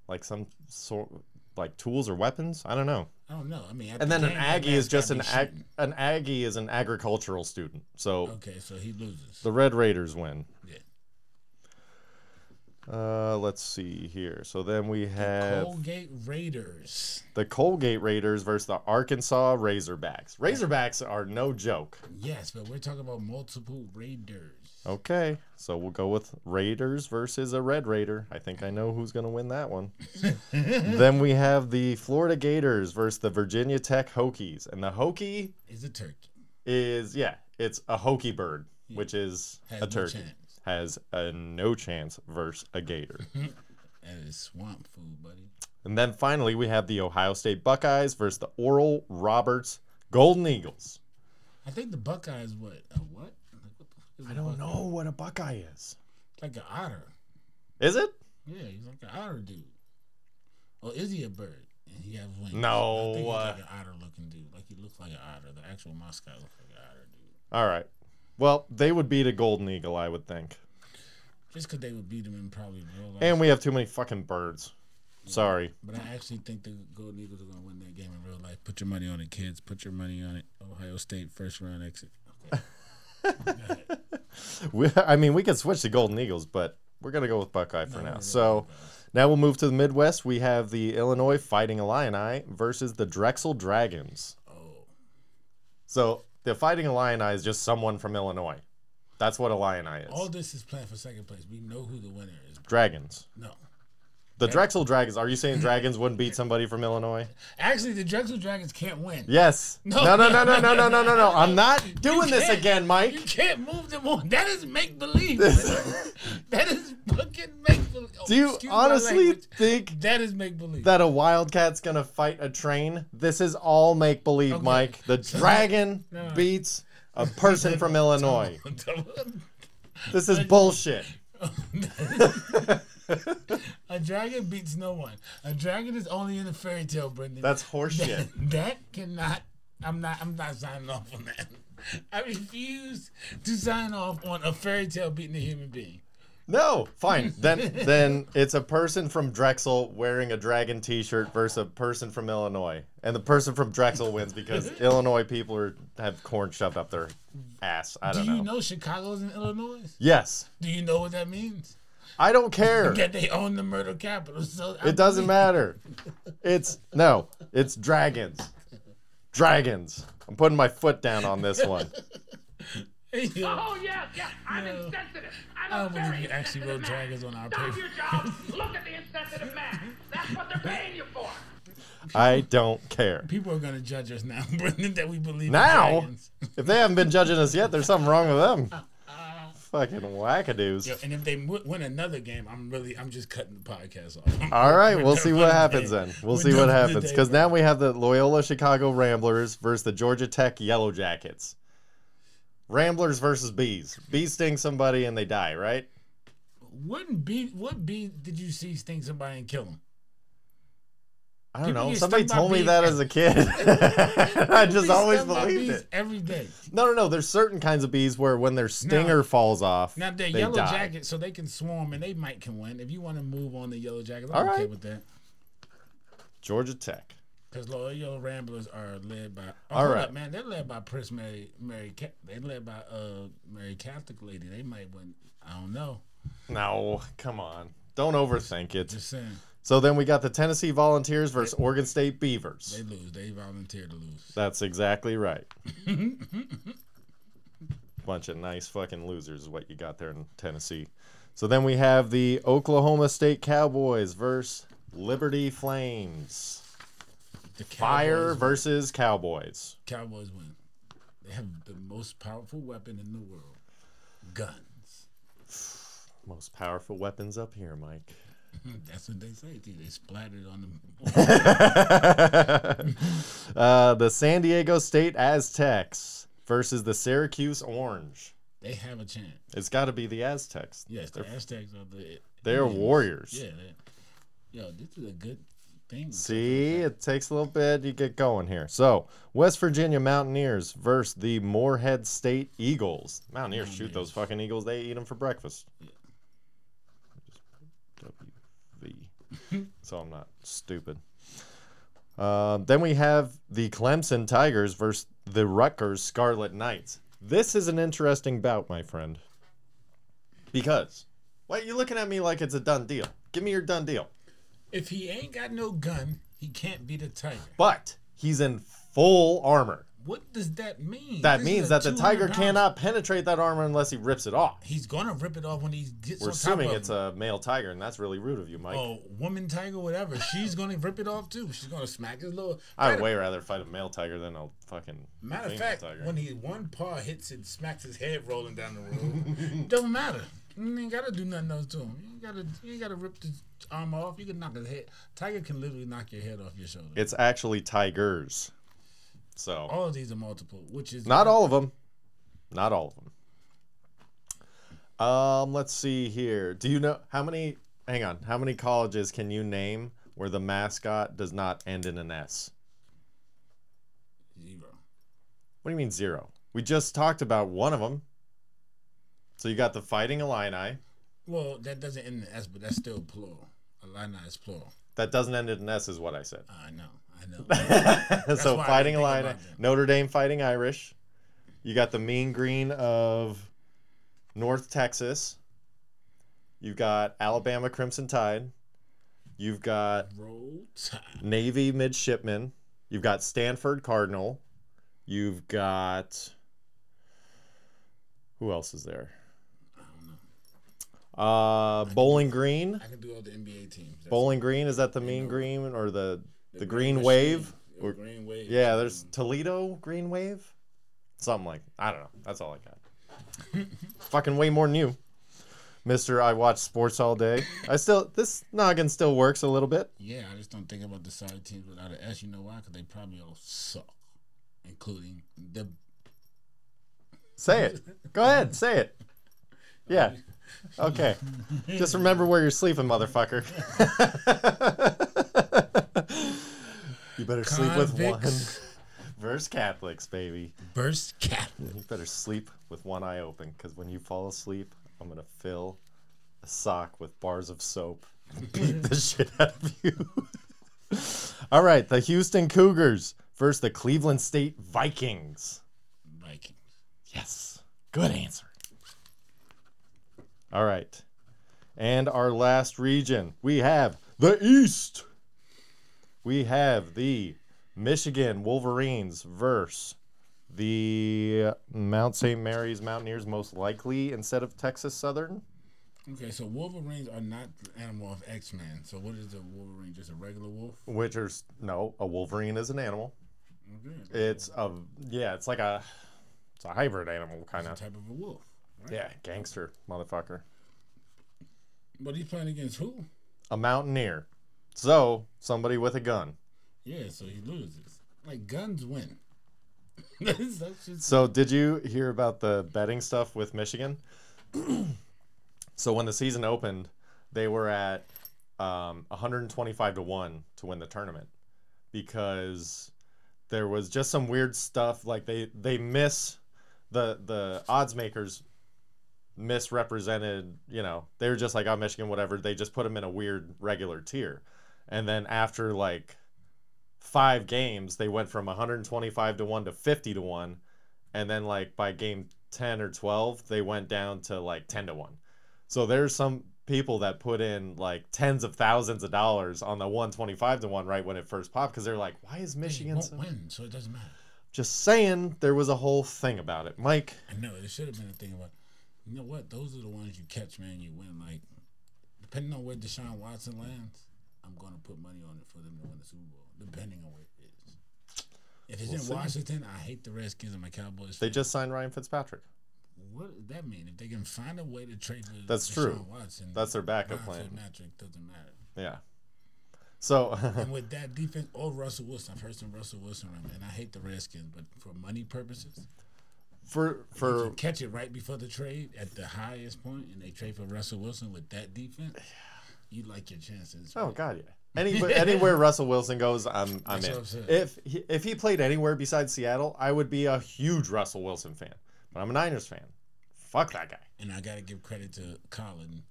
D: like some sort, like tools or weapons. I don't know.
E: I don't know. I mean, at
D: And
E: the
D: then an
E: game, that
D: Aggie
E: man's
D: is just
E: gotta
D: an
E: be
D: ag-
E: shooting.
D: an Aggie is an agricultural student. So
E: Okay, so he loses.
D: the Red Raiders win.
E: Yeah.
D: Uh, let's see here. So then we have
E: Colgate Raiders.
D: the Colgate Raiders versus the Arkansas Razorbacks. Razorbacks are no joke.
E: Yes, but we're talking about multiple Raiders.
D: Okay, so we'll go with Raiders versus a Red Raider. I think I know who's going to win that one. then we have the Florida Gators versus the Virginia Tech Hokies. And the Hokie
E: Is a turkey.
D: is, yeah, it's a Hokie bird, which is
E: Has
D: a
E: no
D: turkey.
E: chance.
D: Has a no chance versus a gator.
E: That is swamp food, buddy.
D: and then finally, we have the Ohio State Buckeyes versus the Oral Roberts Golden Eagles.
E: I think the Buckeyes what a what? Like, what the- He's
D: I
E: a
D: don't
E: buck-
D: know what a Buckeye is.
E: Like an otter.
D: Is it?
E: Yeah, he's like an otter dude. Or is he a bird? And he has wings.
D: No,
E: I think he's
D: uh,
E: like an otter looking dude. Like he looks like an otter. The actual mascot looks like an otter dude.
D: All right. Well, they would beat a golden eagle, I would think.
E: Just because they would beat him in probably real life.
D: And we have too many fucking birds. Sorry.
E: But I actually think the Golden Eagles are going to win that game in real life. Put your money on it, kids. Put your money on it. Ohio State first round exit. Okay.
D: We, I mean, we could switch to Golden Eagles, but we're going to go with Buckeye for now. So now we'll move to the Midwest. We have the Illinois Fighting Illini versus the Drexel Dragons.
E: Oh,
D: So the Fighting Illini is just someone from Illinois. That's what Illini is.
E: all this is planned for second place. We know who the winner is.
D: Dragons.
E: No,
D: The Drexel Dragons. Are you saying Dragons wouldn't beat somebody from Illinois?
E: actually, the Drexel Dragons can't win.
D: Yes. No, no, no, no, no, no, no, no, no. I'm not doing this
E: can't.
D: again,
E: You
D: Mike.
E: can't move them on. That is make believe. that is fucking Oh, make believe.
D: Do you honestly think
E: that is make believe?
D: that a wildcat's gonna fight a train? This is all make believe,
E: Okay.
D: Mike. The dragon
E: No.
D: beats a person from Illinois. This is bullshit.
E: a dragon beats no one. A dragon is only in a fairy tale, Brendan.
D: That's horseshit.
E: that cannot. I'm not. I'm not signing off on that. I refuse to sign off on a fairy tale beating a human being.
D: No, fine. Then then it's a person from Drexel wearing a dragon T-shirt versus a person from Illinois, and the person from Drexel wins because Illinois people are, have corn shoved up their ass. I
E: Do
D: don't
E: you
D: know.
E: know Chicago's in Illinois?
D: Yes,
E: Do you know what that means?
D: I don't care.
E: That they own the murder capital. So I
D: It doesn't
E: believe-
D: matter. It's no, it's dragons. Dragons. I'm putting my foot down on this one.
G: Oh, yes, yes. I'm insensitive.
E: I
G: I'm a
E: don't believe
G: very
E: you actually
G: insensitive
E: wrote
G: man.
E: dragons on our
G: Stop
E: paper.
G: your job. Look at the insensitive man. That's what they're paying you for.
D: I don't care.
E: People are gonna judge us now, Brendan, that we believe in
D: Now?
E: dragons.
D: If they haven't been judging us yet, there's something wrong with them. Fucking wackadoos.
E: Yo, and if they w- win another game, I'm really, I'm just cutting the podcast off.
D: All right,
E: We're
D: we'll
E: done
D: see
E: for
D: what
E: the
D: happens
E: day.
D: then. We'll
E: We're
D: see
E: done
D: what
E: for the
D: happens.
E: day,
D: Because
E: bro.
D: now we have the Loyola Chicago Ramblers versus the Georgia Tech Yellow Jackets. Ramblers versus bees. Bees sting somebody and they die, right?
E: Wouldn't be what be did you see sting somebody and kill him?
D: I don't
E: People
D: know.
E: get
D: Somebody
E: stung by
D: told me
E: bees
D: that
E: ev-
D: as a kid. I just
E: Be
D: always
E: stung by
D: believed
E: bees
D: it.
E: every day.
D: No, no, no. There's certain kinds of bees where when their stinger falls off,
E: Now they're
D: they
E: yellow
D: die.
E: jackets, so they can swarm and they might can win. If you want to move on the yellow jackets,
D: All
E: I'm okay
D: right.
E: with that.
D: Georgia Tech.
E: Because Loyola Ramblers are led by. Oh,
D: All
E: hold
D: right.
E: up, man. They're led by Prince Mary. Mary. Ca- They're led by uh Mary Catholic lady. They might win. I don't know.
D: No, come on. Don't overthink it.
E: Just saying.
D: So then we got the Tennessee Volunteers versus Oregon State
E: They
D: Beavers.
E: lose. They volunteer to lose.
D: That's exactly right. Bunch of nice fucking losers is what you got there in Tennessee. So then we have the Oklahoma State Cowboys versus Liberty Flames.
E: The
D: Fire
E: Cowboys-
D: versus Cowboys.
E: Cowboys win. They have the most powerful weapon in the world guns.
D: Most powerful weapons up here, Mike.
E: That's what they say. T. They splattered on them.
D: Uh, the San Diego State Aztecs versus the Syracuse Orange.
E: they have a chance.
D: It's got to be the Aztecs.
E: Yes, the Aztecs are the.
D: They're
E: Indians.
D: warriors.
E: Yeah. They, yo, this is a good thing.
D: See, it takes a little bit. You get going here. So, West Virginia Mountaineers versus the Moorhead State Eagles. Mountaineers shoot those fucking eagles. They eat them for breakfast. WV. so I'm not stupid. Um, then we have the Clemson Tigers versus the Rutgers Scarlet Knights. This is an interesting bout, my friend. Because, why are you looking at me like it's a done deal? Give me your done deal.
E: If he ain't got no gun, he can't beat a tiger.
D: but he's in full armor.
E: What does that mean?
D: That
E: This is
D: means
E: a
D: that the tiger
E: 200 pound-
D: cannot penetrate that armor unless he rips it off.
E: He's gonna rip it off when he gets
D: We're
E: on top
D: assuming
E: of
D: it's
E: him.
D: a male tiger, and that's really rude of you, Mike.
E: Oh, woman tiger, whatever. She's gonna rip it off too. She's gonna smack his little.
D: I would
E: Matter-
D: way rather fight a male tiger than a fucking
E: Matter of
D: female
E: fact,
D: tiger.
E: when he one paw hits it, smacks his head rolling down the road. Doesn't matter. You ain't gotta do nothing else to him. You ain't gotta. You ain't gotta rip the arm off. You can knock his head. Tiger can literally knock your head off your shoulder.
D: It's actually tigers. So
E: Oh. all of these are multiple, which is
D: not all of them, not all of them. Um, let's see here. Do you know how many? Hang on. How many colleges can you name where the mascot does not end in an S?
E: Zero.
D: What do you mean zero? We just talked about one of them. So you got the Fighting Illini.
E: Well, that doesn't end in S, but that's still plural. Alina is plural.
D: That doesn't end in an S, is what I said.
E: I know. I know.
D: so
E: why I
D: Fighting
E: didn't think
D: Illini,
E: about them.
D: Notre Dame Fighting Irish. You got the Mean Green of North Texas. You've got Alabama Crimson Tide. You've got
E: Roll Tide.
D: Navy midshipman. You've got Stanford Cardinal. You've got who else is there? Uh, Bowling Green.
E: I can do all the NBA teams. That's
D: Bowling Green is that the Mean Green or the the, Green,
E: Green
D: Wave?
E: Machine,
D: Or-
E: the Green Wave.
D: yeah, there's Toledo Green Wave, something like I don't know. That's all I got. Fucking way more than you, Mister. I watch sports all day. I still this noggin still works a little bit.
E: Yeah, I just don't think about the side teams without an S. You know why? Because they probably all suck, including the.
D: Say it. Go ahead, say it. Yeah. Okay. Just remember where you're sleeping, motherfucker. you better sleep with one
E: Convicts.
D: verse Catholics, baby.
E: Burst Catholic.
D: You better sleep with one eye open, because when you fall asleep, I'm gonna fill a sock with bars of soap and beat the shit out of you. All right, the Houston Cougars versus the Cleveland State Vikings.
E: Vikings.
D: Yes. Good answer. All right. And our last region, we have the East. We have the Michigan Wolverines versus the Mount St. Mary's Mountaineers, most likely instead of Texas Southern.
E: Okay, so Wolverines are not the animal of X Men. So what is a Wolverine? Just a regular wolf?
D: Which is no, a Wolverine is an animal.
E: Okay.
D: It's a yeah, it's like a it's a hybrid animal kind
E: It's
D: of
E: a type of a wolf. Right?
D: yeah, gangster motherfucker.
E: But he's playing against who?
D: A mountaineer. So somebody with a gun.
E: Yeah, so he loses. Like guns win. That's just
D: So, did you hear about the betting stuff with Michigan? so, when the season opened, they were at um, 125 to 1 to win the tournament because there was just some weird stuff like they they miss the the odds makers misrepresented, you know. They were just like, "Oh, Michigan whatever." They just put them in a weird regular tier. And then after like 5 games, they went from 125 to 1 to 50 to 1 and then like by game 10 or 12 they went down to like 10 to 1 so there's some people that put in like tens of thousands of dollars on the 125 to 1 right when it first popped because they're like why is
E: he
D: michigan
E: won't
D: so-"
E: win, so it doesn't matter.
D: just saying there was a whole thing about it mike
E: I know it should have been a thing about. You know what? Those are the ones you catch, man. You win. Like depending on where Deshaun Watson lands, I'm gonna put money on it for them to win the Super Bowl. Depending on where it is. If it's
D: We'll
E: in
D: see.
E: Washington, I hate the Redskins and my Cowboys.
D: they just signed ryan fitzpatrick
E: what does that mean? If they can find a way to trade with
D: That's
E: Deshaun
D: true.
E: Watson,
D: that's their backup plan
E: Ryan Fitzpatrick doesn't matter.
D: yeah so
E: And with that defense, or Russell Wilson, I've heard some Russell Wilson run, and I hate the Redskins, but for money purposes,
D: for
E: you
D: for
E: catch it right before the trade at the highest point, and they trade for Russell Wilson with that defense. You like your chances.
D: Oh God, yeah. Any, anywhere Russell Wilson goes, I'm I'm
E: That's
D: in.
E: what I'm saying.
D: if he, if he played anywhere besides Seattle, I would be a huge Russell Wilson fan. But I'm a Niners fan. Fuck that guy.
E: And I gotta give credit to Colin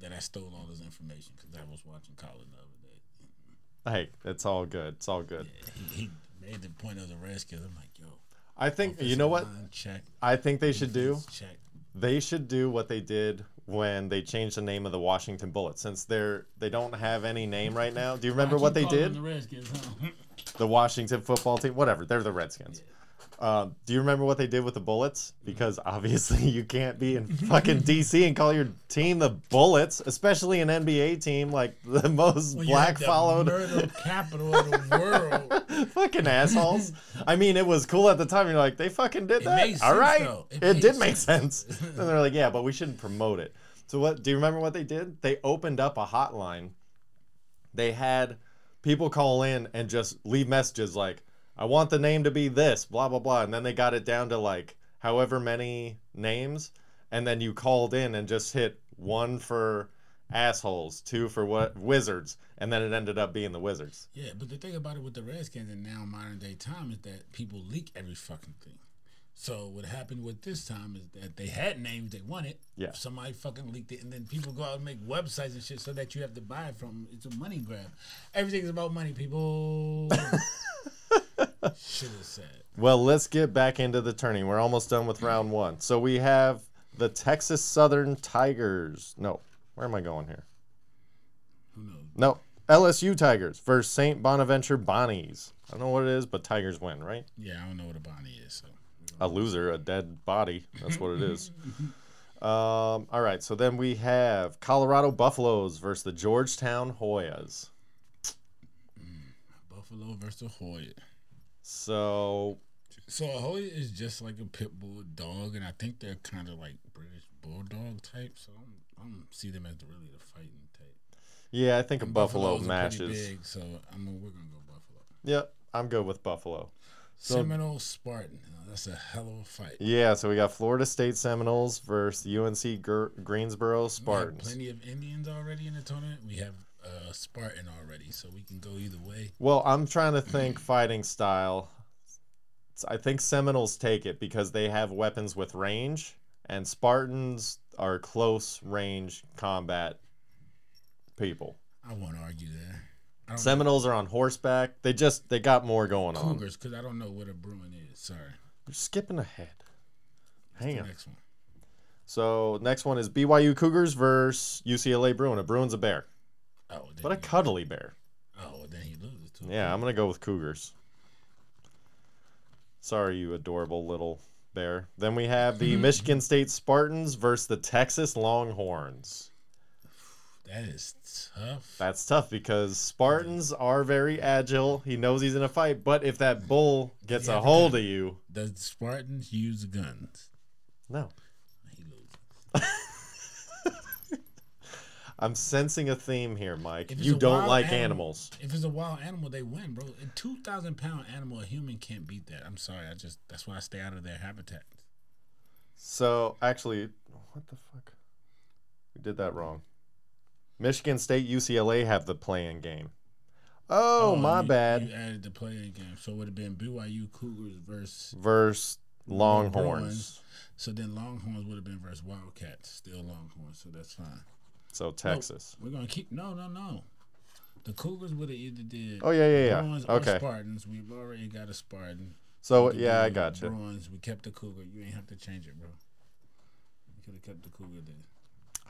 E: that I stole all his information because I was watching Colin the other day.
D: Hey, it's all good. It's all good.
E: He, he made the point of the Redskins. I'm like, yo,
D: I think you know what
E: line Check.
D: I think they should do.
E: defense Check.
D: They should do what they did when they changed the name of the Washington Bullets. Since they're they don't have any name right now. Do you remember
E: I
D: what
E: keep
D: they
E: calling
D: did?
E: The Redskins. Huh?
D: the Washington football team, whatever. They're the Redskins. Um, do you remember what they did with the Bullets?
E: Mm-hmm.
D: Because obviously you can't be in fucking DC and call your team the Bullets, especially an NBA team like the most
E: Well, you had
D: black
E: the
D: followed
E: murder capital of the world.
D: fucking assholes. I mean, it was cool at the time. You're like, they fucking did
E: It
D: that.
E: made
D: All
E: sense,
D: right,
E: though.
D: it,
E: It
D: did
E: made
D: make sense. and they're like, yeah, but we shouldn't promote it. So what? Do you remember what they did? They opened up a hotline they had people call in and just leave messages like i want the name to be this blah blah blah and then they got it down to like however many names and then you called in and just hit one for assholes, two for what wizards, and then it ended up being the wizards.
E: Yeah, but the thing about it with the Redskins in now modern day time is that people leak every fucking thing. So what happened with this time is that they had names they wanted.
D: Yeah.
E: Somebody fucking leaked it, and then people go out and make websites and shit so that you have to buy it from. It's a money grab. Everything's about money, people. shit is sad.
D: Well, let's get back into the tourney. We're almost done with round one. So we have the Texas Southern Tigers. No, where am I going here?
E: Who knows?
D: No, LSU Tigers versus St. Bonaventure Bonnies. I don't know what it is, but Tigers win, right?
E: Yeah, I don't know what a Bonnie is. So
D: a loser, a dead body. That's what it is. um, all right, so then we have Colorado Buffaloes versus the Georgetown Hoyas.
E: Buffalo versus a Hoyt.
D: So
E: So a Hoyt is just like a pit bull dog, and I think they're kind of like British bulldog type. So I'm, I'm see them as the, really the fighting type.
D: yeah, I think a Buffalo
E: Buffaloes are pretty
D: matches.
E: Big, so I mean, we're gonna go Buffalo.
D: Yep, I'm good with Buffalo.
E: Seminole Spartan. Now, that's a hell of a fight.
D: Yeah, so we got Florida State Seminoles versus UNC Gr- Greensboro
E: We have
D: Spartans.
E: plenty of Indians already in the tournament. We have uh, Spartan already, so we can go either way.
D: Well, I'm trying to think fighting style. S- I think Seminoles take it because they have weapons with range, and Spartans are close range combat people.
E: I won't argue there. I don't
D: Seminoles are on horseback. They just they got more going
E: know
D: on.
E: Cougars because I don't know what a Bruin is. Sorry.
D: You're skipping ahead. Hang
E: The
D: on.
E: next one.
D: So next one is BYU Cougars versus UCLA Bruin. A Bruin's a bear,
E: Oh, then
D: but a
E: he-
D: cuddly bear.
E: oh, then he loses too.
D: Yeah, I'm gonna go with Cougars. Sorry, you adorable little bear. Then we have the Michigan State Spartans versus the Texas Longhorns.
E: That is tough.
D: That's tough because Spartans are very agile. He knows he's in a fight, but if that bull gets
E: Yeah,
D: a hold of you,
E: Does Spartans use guns?
D: no.
E: He loses.
D: I'm sensing a theme here, Mike.
E: If it's
D: You
E: a
D: don't
E: wild
D: like
E: animal-
D: animals.
E: If it's a wild animal, they win, bro. A two thousand pound animal, a human can't beat that. I'm sorry. I just that's why I stay out of their habitat.
D: So actually, what the fuck? We did that wrong. Michigan State, UCLA have the playing game. Oh, my
E: you-
D: bad.
E: You added the playing game, so it would have been BYU Cougars versus.
D: versus Longhorns.
E: Bruins. So then Longhorns would have been versus Wildcats. Still Longhorns, so that's fine.
D: So Texas.
E: We're gonna keep no, no, no. The Cougars would have either did.
D: Oh yeah, yeah, yeah.
E: Bruins or
D: Okay.
E: Spartans. We've already got a Spartan.
D: So
E: We
D: yeah, I
E: did
D: got you.
E: Bruins. We kept the Cougar. You ain't have to change it, bro. You could have kept the Cougar then.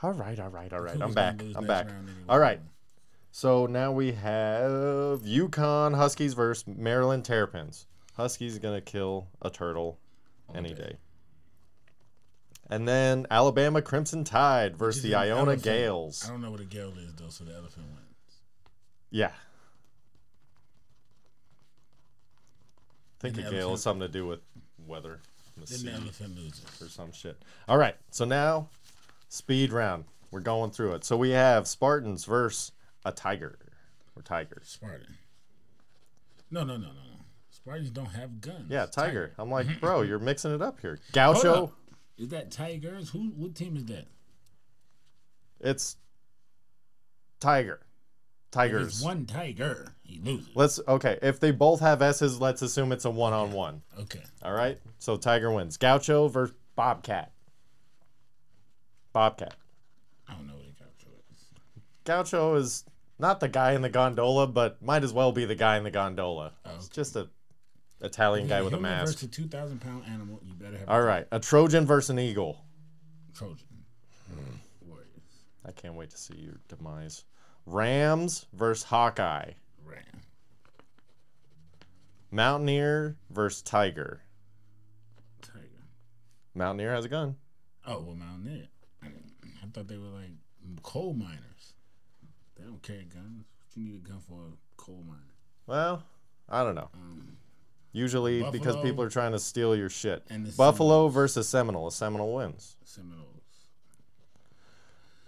D: All right, all right, all right. I'm
E: Cougars
D: back.
E: gonna lose
D: I'm
E: next
D: back.
E: round anyway.
D: All right. So now we have Yukon Huskies versus Maryland Terrapins. Huskies gonna kill a turtle any
E: Okay.
D: day. And then Alabama Crimson Tide versus
E: This is
D: the
E: an
D: Iona
E: elephant. I
D: Gales.
E: don't know what a gale is though, so the elephant wins.
D: Yeah. I think
E: Then
D: a
E: the
D: gale
E: elephant-
D: has something to do with weather. in the
E: Then
D: sea.
E: the elephant
D: or
E: loses.
D: some shit. All right, so now speed round. We're going through it. So we have Spartans versus a tiger or tigers.
E: Spartan. No, no, no, no, no. Spartans don't have guns.
D: Yeah, tiger. I'm like, bro, you're mixing it up here.
E: Hold
D: Gaucho,
E: up. Is that Tigers? Who? What team is that?
D: it's tiger,
E: If It's
D: tigers.
E: one Tiger. He loses.
D: Let's okay. If they both have S's, let's assume it's a one-on-one.
E: Okay.
D: All right. So tiger wins. Gaucho versus bobcat. Bobcat.
E: I don't know what a gaucho is.
D: Gaucho is not the guy in the gondola, but might as well be the guy in the gondola. It's just a Italian guy with a
E: Human
D: mask.
E: versus a two thousand pound animal. You better have
D: All right, a Trojan versus an eagle.
E: a Trojan. Warriors.
D: I can't wait to see your demise. Rams versus Hawkeye.
E: Ram.
D: Mountaineer versus Tiger.
E: Tiger.
D: Mountaineer has a gun.
E: Oh well, Mountaineer. I, mean, I thought they were like coal miners. They don't carry guns. What you need a gun for a coal miner?
D: Well, I don't know. Usually because
E: Mm. Buffalo.
D: people are trying to steal your shit.
E: And the
D: Buffalo versus Seminole. A Seminole wins.
E: Seminoles.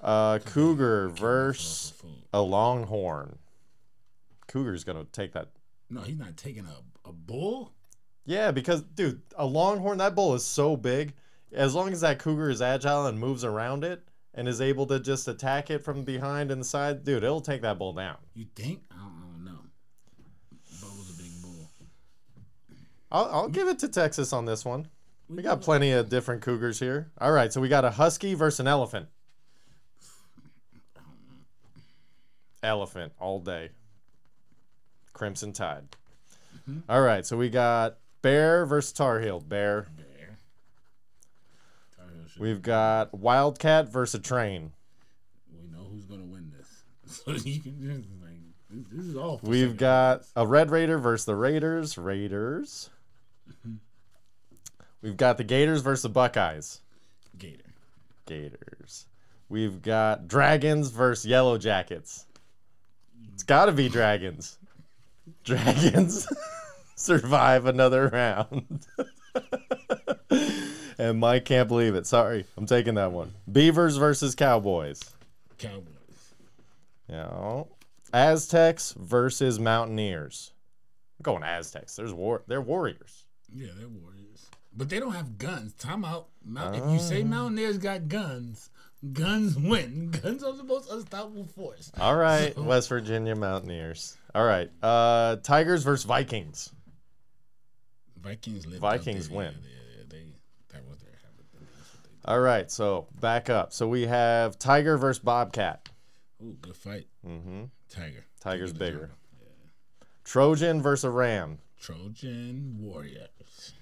D: Uh, Cougar
E: For
D: versus
E: food.
D: a Longhorn. Cougar's going to take that
E: No, he's not taking a a bull.
D: Yeah, because dude, a longhorn that bull is so big, as long as that cougar is agile and moves around it and is able to just attack it from behind and the side, dude, it'll take that bull down.
E: You think? I don't, I don't know. Bull's a big bull.
D: I'll, I'll give it to Texas on this one. We got
E: do-
D: plenty of different cougars here. All right, so we got a husky versus an elephant. Elephant all day. Crimson Tide. All right, so we got bear versus Tar Heel. Bear.
E: Bear. Tar Heel should-
D: We've got wildcat versus a train.
E: we know who's gonna win this. So you can just like this, this is all. for
D: We've
E: second
D: got
E: place.
D: a Red Raider versus the Raiders. Raiders. We've got the Gators versus the Buckeyes.
E: Gator.
D: Gators. We've got Dragons versus Yellow Jackets. It's got to be Dragons. Dragons survive another round. and Mike can't believe it. Sorry, I'm taking that one. Beavers versus Cowboys.
E: Cowboys.
D: Yeah. Aztecs versus Mountaineers. I'm going Aztecs. There's war. They're warriors.
E: Yeah, they're warriors, but they don't have guns. Time out. Mount- If you say
D: Ah.
E: Mountaineers got guns, guns win. Guns are the most unstoppable force.
D: All right, West Virginia Mountaineers. All right, uh, Tigers versus Vikings.
E: Vikings live.
D: Vikings
E: yeah,
D: win.
E: Yeah, yeah, they that was their habit. That's what they
D: All right, so back up. So we have Tiger versus Bobcat.
E: do. Ooh, good fight.
D: Mm-hmm.
E: Tiger.
D: Tiger's
E: the
D: bigger.
E: jungle.
D: Trojan versus Ram.
E: Trojan warriors.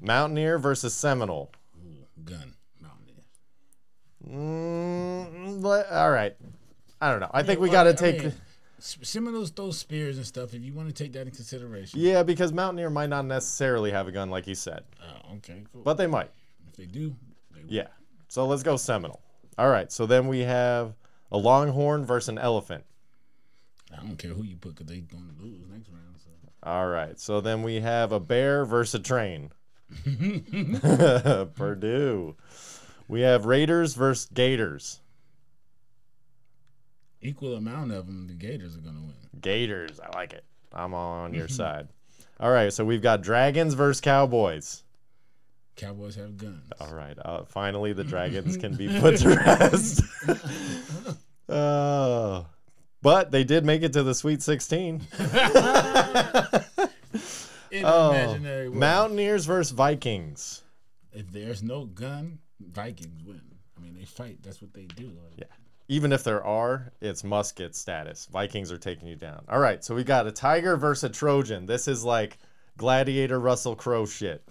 D: Mountaineer versus Seminole.
E: Ooh, gun. Mountaineer.
D: Mm, le- all right. I don't know. I think we got
E: Well,
D: to
E: I
D: take.
E: mean, S- Seminoles throw spears and stuff. If you want to take that in consideration.
D: yeah, because Mountaineer might not necessarily have a gun, like he said,
E: Oh, okay, cool.
D: but they might.
E: if they do, they win.
D: Yeah. So let's go Seminole. All right. So then we have a Longhorn versus an Elephant.
E: I don't care who you put because they going to lose next round. So.
D: All right. So then we have a Bear versus a Train. Purdue. We have Raiders versus Gators.
E: Equal amount of them, the Gators are going to win.
D: Gators. I like it. I'm on your side. All right. So we've got Dragons versus Cowboys.
E: Cowboys have guns.
D: All right. Uh, finally, the Dragons can be put to rest. Oh. but they did make it to the Sweet 16.
E: In
D: Oh,
E: imaginary world,
D: Mountaineers versus Vikings.
E: if there's no gun, Vikings win. I mean, they fight. That's what they do. Like,
D: Yeah. Even if there are, it's musket status. Vikings are taking you down. All right, so we got a tiger versus a Trojan. This is like gladiator Russell Crowe shit.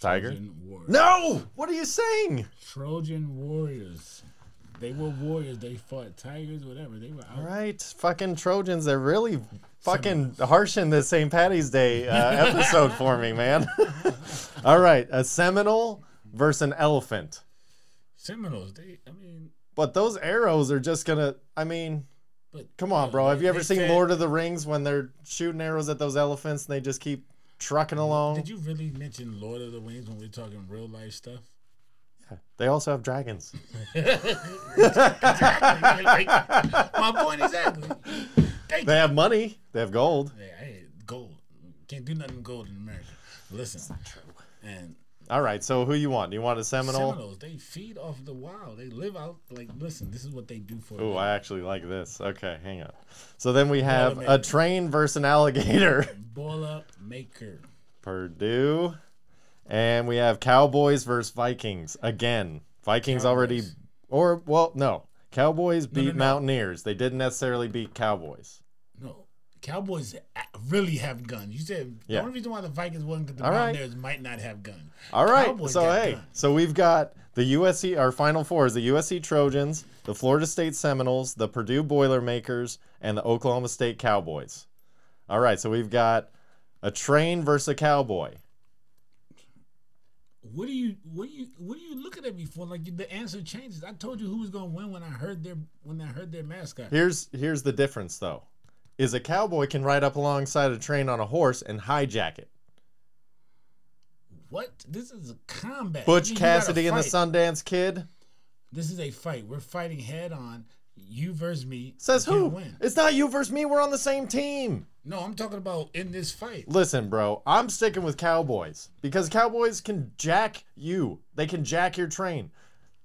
D: Tiger?
E: Trojan warriors.
D: No! What are you saying?
E: Trojan warriors. They were warriors. They fought tigers, whatever. They were out.
D: All right, fucking Trojans. They're really fucking harshing this St. Patty's Day uh, episode for me, man. All right, a Seminole versus an elephant.
E: Seminoles. They. I mean,
D: But those arrows are just gonna. I mean,
E: but uh,
D: Come on, bro. Have you ever
E: They
D: seen
E: said-
D: Lord of the Rings when they're shooting arrows at those elephants and they just keep trucking along?
E: Did you really mention Lord of the Rings when we're talking real life stuff?
D: They also have dragons.
E: Like, my point exactly. Thank
D: They
E: you.
D: have money. They have gold.
E: Hey, hey, gold. Can't do nothing with gold in America. Listen. And
D: All right. So who you want? Do you want a Seminole?
E: Seminoles, they feed off the wild. They live out like listen, this is what they do for a
D: Ooh,
E: living.
D: I actually like this. Okay, hang on. So then we have a
E: Element.
D: train versus an alligator.
E: boiler maker.
D: Purdue. And we have Cowboys versus Vikings again. Vikings already,
E: Cowboys.
D: or well, no. Cowboys beat
E: no.
D: Mountaineers. They didn't necessarily beat Cowboys.
E: No. Cowboys a- really have guns. You said
D: Yeah.
E: the only reason why the Vikings won because the
D: All right.
E: Mountaineers might not have guns.
D: All right.
E: Cowboys
D: so
E: got
D: hey,
E: guns.
D: so we've got the USC. Our final four is the USC Trojans, the Florida State Seminoles, the Purdue Boilermakers, and the Oklahoma State Cowboys. All right. So we've got a train versus a cowboy.
E: What do you what do you what are you looking at me for? Like the answer changes. I told you who was gonna win when I heard their when I heard their mascot.
D: Here's here's the difference though, is a cowboy can ride up alongside a train on a horse and hijack it.
E: What? This is a combat.
D: Butch
E: You- you gotta
D: Cassidy and the
E: fight.
D: Sundance Kid
E: This is a fight. We're fighting head on. You versus me.
D: says
E: You
D: who?
E: Win.
D: It's not you versus me. We're on the same team.
E: No, I'm talking about in this fight.
D: Listen, bro, I'm sticking with Cowboys because Cowboys can jack you. They can jack your train.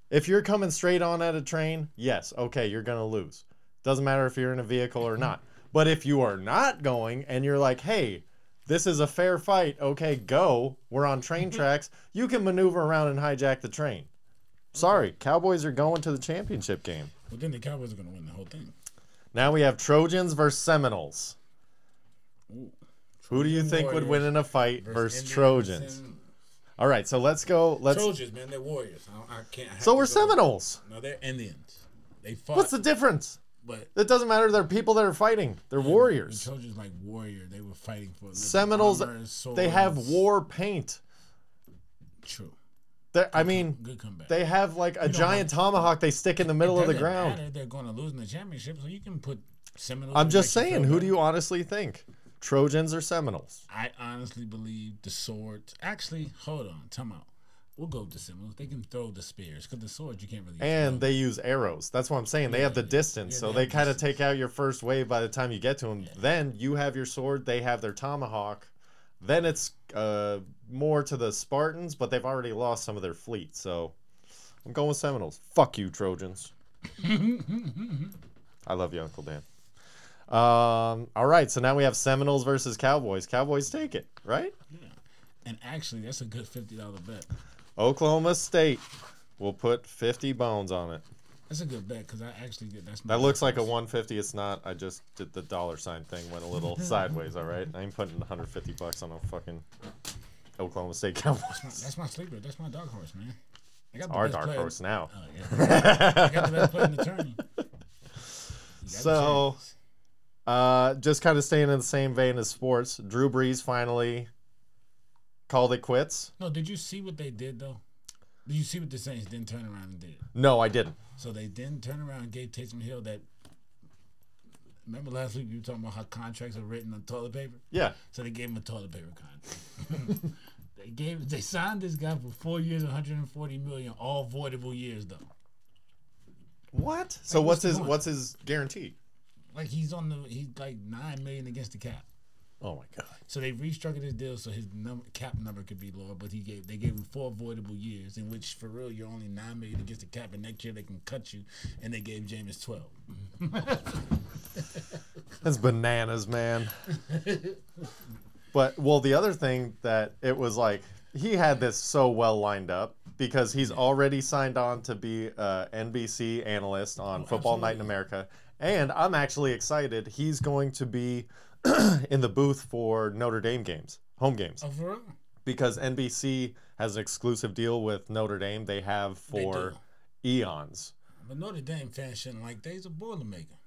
D: If you're coming straight on at a train, yes, okay, you're going to lose. Doesn't matter if you're in a vehicle or not. But if you are not going and you're like, hey, this is a fair fight, okay, go, we're on train tracks, you can maneuver around and hijack the train. Sorry, Cowboys are going to the championship game.
E: But then the Cowboys are going to win the whole thing.
D: Now we have Trojans versus Seminoles. Who do you think would win in a fight versus Trojans? All right, so let's go. Let's.
E: Trojans, man, they're warriors. I, I can't. I have
D: so
E: to
D: we're
E: go-
D: Seminoles.
E: No, they're Indians. They fought.
D: What's the difference?
E: but
D: It doesn't matter. They're people that are fighting. They're warriors.
E: The Mm, Trojans like warrior. They were fighting for living
D: Seminoles.
E: armor, swords.
D: They have war paint.
E: True.
D: They're, I mean,
E: Good comeback.
D: they have like a
E: don't
D: giant tomahawk they stick in the middle of the
E: Doesn't
D: ground.
E: matter, They're going to lose in the championship, so you can put Seminoles.
D: I'm
E: and
D: just
E: make
D: saying.
E: feel
D: Who
E: better.
D: do you honestly think? Trojans or Seminoles?
E: I honestly believe the swords. Actually, hold on. Time out. We'll go with the Seminoles. They can throw the spears because the swords you can't really.
D: And they use arrows. That's what I'm saying. They have the distance,
E: Yeah,
D: so
E: they
D: they
E: have
D: kind of
E: distance.
D: take out your first wave by the time you get to them. Then you have your sword. They have their tomahawk. Then it's uh, more to the Spartans, but they've already lost some of their fleet. So I'm going with Seminoles. Fuck you, Trojans. I love you, Uncle Dan. Um, all right, so now we have Seminoles versus Cowboys. Cowboys take it, right?
E: And actually, that's a good fifty dollar bet.
D: Oklahoma State will put 50 bones on it.
E: That's a good bet because I actually did. That's my
D: That looks like a 150. It's not. I just did the dollar sign thing. Went a little sideways. All right. I ain't putting 150 bucks on a fucking Oklahoma State Cowboys.
E: That's my sleeper. That's my dark horse, man. I got the
D: Our
E: best
D: dark
E: player-
D: horse now.
E: Oh, yeah. I got the best player in the tourney. You got a
D: So-
E: chance.
D: Uh, just kind of staying in the same vein as sports. Drew Brees finally called it quits.
E: no, did you see what they did though? Did you see what the Saints didn't turn around and did? it?
D: No, I didn't.
E: So they then turn around and gave Taysom Hill that. Remember last week you were talking about how contracts are written on toilet paper.
D: Yeah.
E: So they gave him a toilet paper contract. they gave they signed this guy for four years, 140 million, all voidable years though.
D: What? So
E: Like, what's
D: what's
E: the
D: his
E: point?
D: what's his guarantee?
E: Like he's on the he's like nine million against the cap.
D: Oh my god.
E: So they restructured his deal so his number cap number could be lower, but he gave they gave him four voidable years in which for real you're only nine million against the cap, and next year they can cut you. And they gave Jameis twelve.
D: That's bananas, man. but well, the other thing that it was like he had this so well lined up because he's already signed on to be uh, a NBC analyst on
E: Oh,
D: Football Night in America, and I'm actually excited. He's going to be in the booth for Notre Dame games, home games,
E: Oh, for real?
D: because NBC has an exclusive deal with Notre Dame. They have
E: They
D: for
E: do.
D: eons.
E: But Notre Dame fans shouldn't like they's a Boilermaker.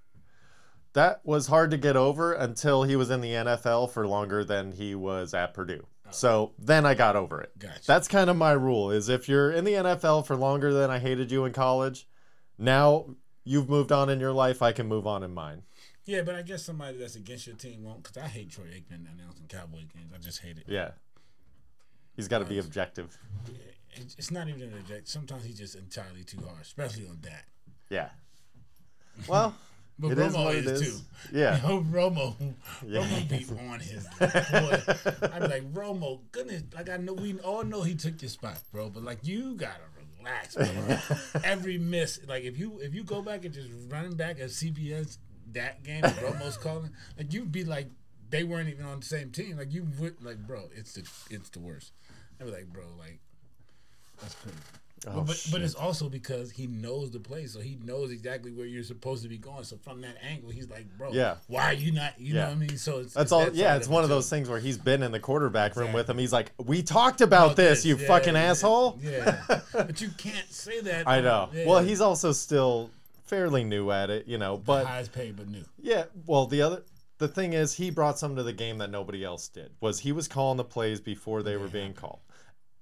D: that was hard to get over until he was in the NFL for longer than he was at Purdue. So then I got over it.
E: Oh. Gotcha.
D: That's kind of my rule is if you're in the NFL for longer than I hated you in college, now you've moved on in your life, I can move on in mine.
E: Yeah, but I guess somebody that's against your team won't. Because I hate Troy Aikman announcing Cowboy games. I just hate it.
D: Yeah. He's got to be objective.
E: It- It's not even an object. Sometimes he's just entirely too hard, especially on Dak.
D: Yeah. Well,
E: But
D: It
E: Romo
D: is what it
E: is,
D: is.
E: too.
D: Yeah.
E: Yo, Romo.
D: Yeah.
E: Romo be on his. Boy, I'm like Romo. Goodness, like I know we all know he took your spot, bro. But like you gotta relax, bro. Every miss, like if you if you go back and just running back at CBS that game, that Romo's calling, like you'd be like they weren't even on the same team. Like you would, like bro, it's the it's the worst. I was like, bro, like that's crazy.
D: Oh,
E: but, but,
D: shit.
E: but it's also because he knows the play, so he knows exactly where you're supposed to be going. So from that angle, he's like, "Bro,
D: Yeah.
E: why are you not?" You
D: Yeah.
E: know what I mean? So it's,
D: that's
E: it's
D: all.
E: that
D: Yeah,
E: side
D: it's
E: it,
D: one of
E: too.
D: those things where he's been in the quarterback room with
E: Exactly.
D: him. He's like, "We talked about this, you
E: Yeah,
D: fucking
E: yeah,
D: asshole."
E: Yeah, but you can't say that.
D: I know.
E: Yeah.
D: Well, he's also still fairly new at it, you know. But
E: highest paid but new.
D: yeah, well, the other the thing is, he brought something to the game that nobody else did. Was he was calling the plays before they were being called.